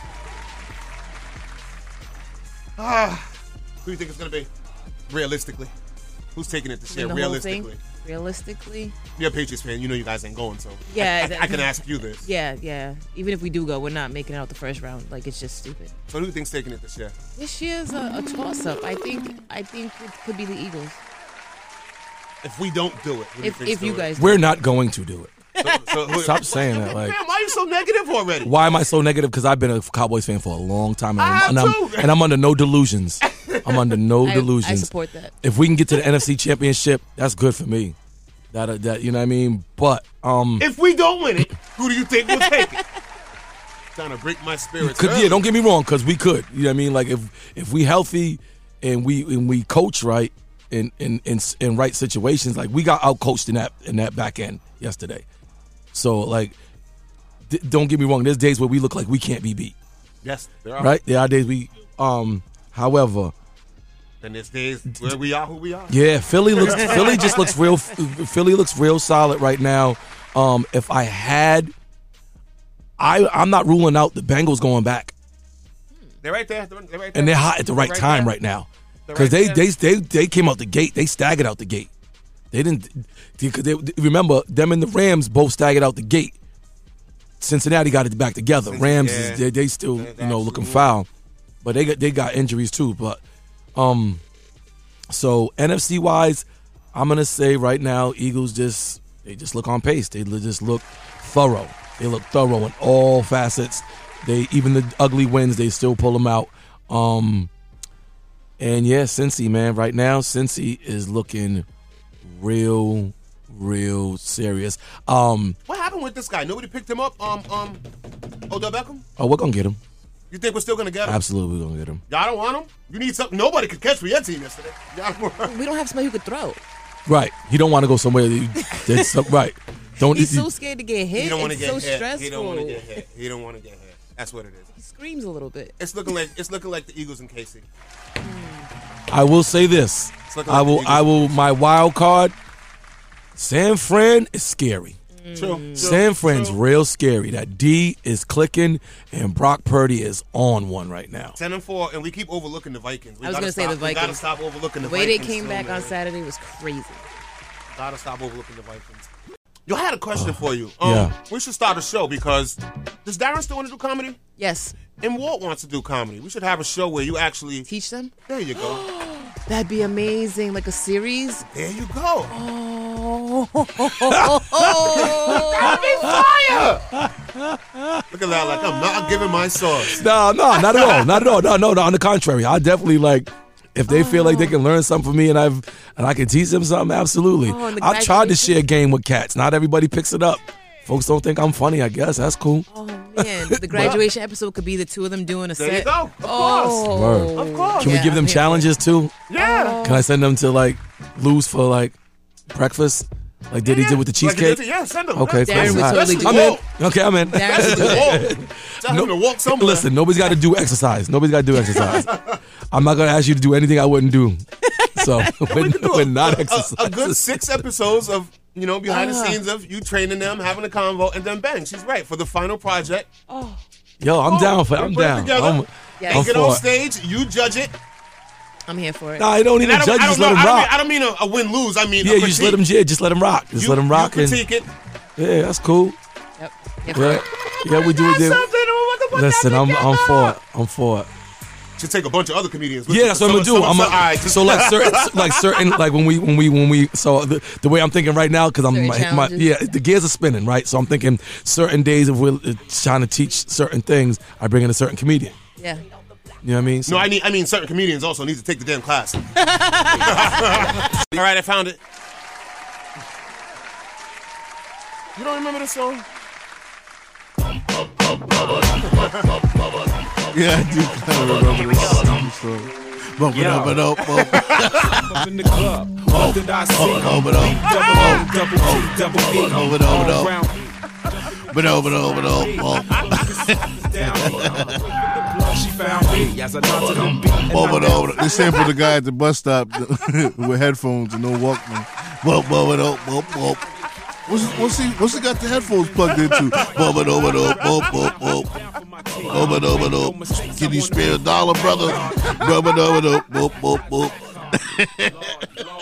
I: Ah, who do you think it's gonna be? Realistically, who's taking it this year?
V: Win the whole thing.
I: Realistically,
V: Realistically.
I: you're a Patriots fan. You know you guys ain't going, so I-
V: Yeah.
I: I,
V: that-
I: I can ask you this.
V: Yeah, yeah. Even if we do go, we're not making it out the first round. Like it's just stupid.
I: So who do you think's taking it this year?
V: This year's a, a toss-up. I think. I think it could be the Eagles.
I: If we don't do it, who do
V: If-
I: think's
V: if you
I: doing it?
V: guys
B: We're not going to do it.
I: So, who-
B: Stop saying that. Like,
I: Man, why are you so negative already?
B: why am I so negative? Because I've been a Cowboys fan for a long time, and,
I: I have
B: I'm, and, I'm,
I: too.
B: and I'm under no delusions. I'm under no
V: I- I
B: delusions.
V: support that.
B: If we can get to the NFC Championship, that's good for me. That uh, that you know what I mean. But um,
I: If we don't win it, who do you think will take it? [laughs] Trying to break my spirits.
B: Could,
I: early.
B: yeah, don't get me wrong, because we could. You know what I mean? Like if if we healthy and we and we coach right in in in, s- in right situations, like we got out coached in that in that back end yesterday. So like, d- don't get me wrong. There's days where we look like we can't be beat,
I: Yes, there are.
B: right? There are days we. Um, however,
I: And this days where we are, who we are.
B: yeah, Philly looks Philly just looks real. Philly looks real solid right now. Um, if I had, I I'm not ruling out the Bengals going back,
I: They're right there. They're right there.
B: and they're hot at the right, time
I: there.
B: right now,
I: They're
B: because
I: right
B: they,
I: there.
B: they they they came out the gate. They staggered out the gate. They didn't. Because they, remember them and the Rams both staggered out the gate. Cincinnati got it back together. Rams
I: yeah.
B: is, they, they still you know looking foul, but they got they got injuries too. But um, so NFC wise, I'm gonna say right now Eagles just they just look on pace. They li- just look thorough. They look thorough in all facets. They even the ugly wins they still pull them out. Um, and yeah, Cincy man, right now Cincy is looking real, real serious. Um,
I: What happened with this guy? Nobody picked him up. Um, um, Odell Beckham.
B: oh, we're gonna get him.
I: You think we're still gonna get him?
B: Absolutely, we're gonna get him.
I: Y'all don't want him. You need something. Nobody could catch for your team yesterday.
V: we don't have somebody who could throw.
B: Right. He don't want to go somewhere. That you, that's some- right. Don't
V: He's
B: you-
V: so scared to get hit.
I: He don't want to
V: It's
I: get
V: so
I: hit.
V: stressful.
I: He don't want to get hit. He don't want to get hit. That's what it is. He
V: screams a little bit.
I: It's looking like it's looking like the Eagles and KC.
B: I will say this.
I: It's looking
B: I
I: like
B: will.
I: the
B: I will. My wild card. San Fran is scary.
I: Mm. True.
B: San Fran's real scary. That D is clicking, and Brock Purdy is on one right now.
I: Ten and four, and we keep overlooking the Vikings. We
V: I was
I: gotta
V: gonna say
I: stop-
V: the
I: We gotta
V: Vikings.
I: stop overlooking the,
V: the way
I: Vikings.
V: they came
I: too,
V: back
I: man.
V: on Saturday was crazy.
I: Gotta stop overlooking the Vikings. Yo, I had a question for you. Um,
B: yeah.
I: We should start a show because does Darren still want to do comedy?
V: Yes.
I: And Walt wants to do comedy. We should have a show where you actually teach
V: them.
I: There you go.
V: That'd be amazing, like a series.
I: There you go.
V: Oh,
I: [laughs] Look at that. Like I'm not giving my sauce.
B: No, no, not at all. Not at all. No, no, no. On the contrary, I definitely like. If they feel like they can learn something from me and I've and I can teach them something, absolutely.
V: Oh, and the
B: I've
V: guy
B: tried to
V: can-
B: share game with cats. Not everybody picks it up. Folks don't think I'm funny. I guess that's cool.
V: Oh man, the graduation episode could be the two of them doing a
I: There
V: set.
I: you go. Of
V: oh.
I: course. Of course.
B: Can we
V: Yeah,
B: give them
V: I'm here.
B: challenges too?
I: Yeah.
V: Oh.
B: Can I send them to like lose for like breakfast? Like did he do with the
I: Like he did
B: cheesecake?
I: to- yeah, send them.
B: Okay,
I: Darren
B: cool.
I: would
B: All right.
I: totally
B: I'm
I: do
B: in.
I: it.
B: Okay, I'm in.
I: Darren
B: [laughs]
I: would walk. Tell him to walk somewhere.
B: Listen, nobody's got to do exercise. Nobody's got to do
I: [laughs]
B: exercise. I'm not gonna ask you to do anything I wouldn't do.
I: [laughs]
B: So we're, we're not exercise.
I: a good six episodes of you know behind the
V: Ah.
I: scenes of you training them, having a convo, and then bang, she's right for the final project.
V: Oh.
B: Yo, I'm
I: Oh,
B: down for.
I: we
B: I'm
I: put it
B: down.
I: together.
B: I'm,
I: They
B: I'm
I: get
B: for
I: on
B: it.
I: stage, you judge it.
V: I'm here for it.
B: Nah, I don't
I: And
B: even
I: I
B: judge.
I: I
B: Just
I: know-
B: let 'em
I: I don't
B: rock.
I: mean- I don't mean a win lose. I mean a
B: Yeah, you just let them.
I: critique.
B: Yeah, just let them rock. Just let them rock.
I: You
B: and,
I: critique it.
B: yeah, that's cool.
V: Yep.
B: Yeah, yeah, we do it.
I: That's
B: there.
I: something, oh, look at what
B: Listen,
I: that
B: I'm
I: did.
B: I'm for it. I'm for it.
I: Should take a bunch of other comedians. with
B: Yeah,
I: you.
B: that's what I'm gonna
I: Some-
B: do.
I: some-
B: I'm
I: some- all
B: gonna,
I: right, just-
B: so like [laughs] certain, like certain, like when we, when we, when we. So the, the way I'm thinking right now, because I'm,
I: Certain
B: my, my,
I: challenges.
B: yeah, the gears are spinning, right? So I'm thinking certain days if we're uh, trying to teach certain things, I bring in a certain comedian.
V: Yeah.
B: You know what I mean? So,
I: No, I need. I mean, certain comedians also need to take the damn
B: [laughs]
I: class. All right, I found it. You don't remember this song?
F: Yeah, I do kind of remember this song. So, Bump it up and up, bump it
W: Up in the club. What did I see?
B: Oh.
F: up and up.
W: Double T, double B.
F: Bump it up and
W: all
F: up.
W: round
F: Bump it up and up and up. Bump
W: She found me as I nodded on beat. and
F: Bump
W: I
F: it up. This ain't for the guy at the bus stop [laughs] with headphones and no Walkman. Bump, bump it up, bump, bump. What's, what's he? What's he got the headphones plugged into? Bump it up and up, bump, bump, bump. Bump it up and up. Can you spare a dollar, brother? Bump it up and up, bump, bump, bump.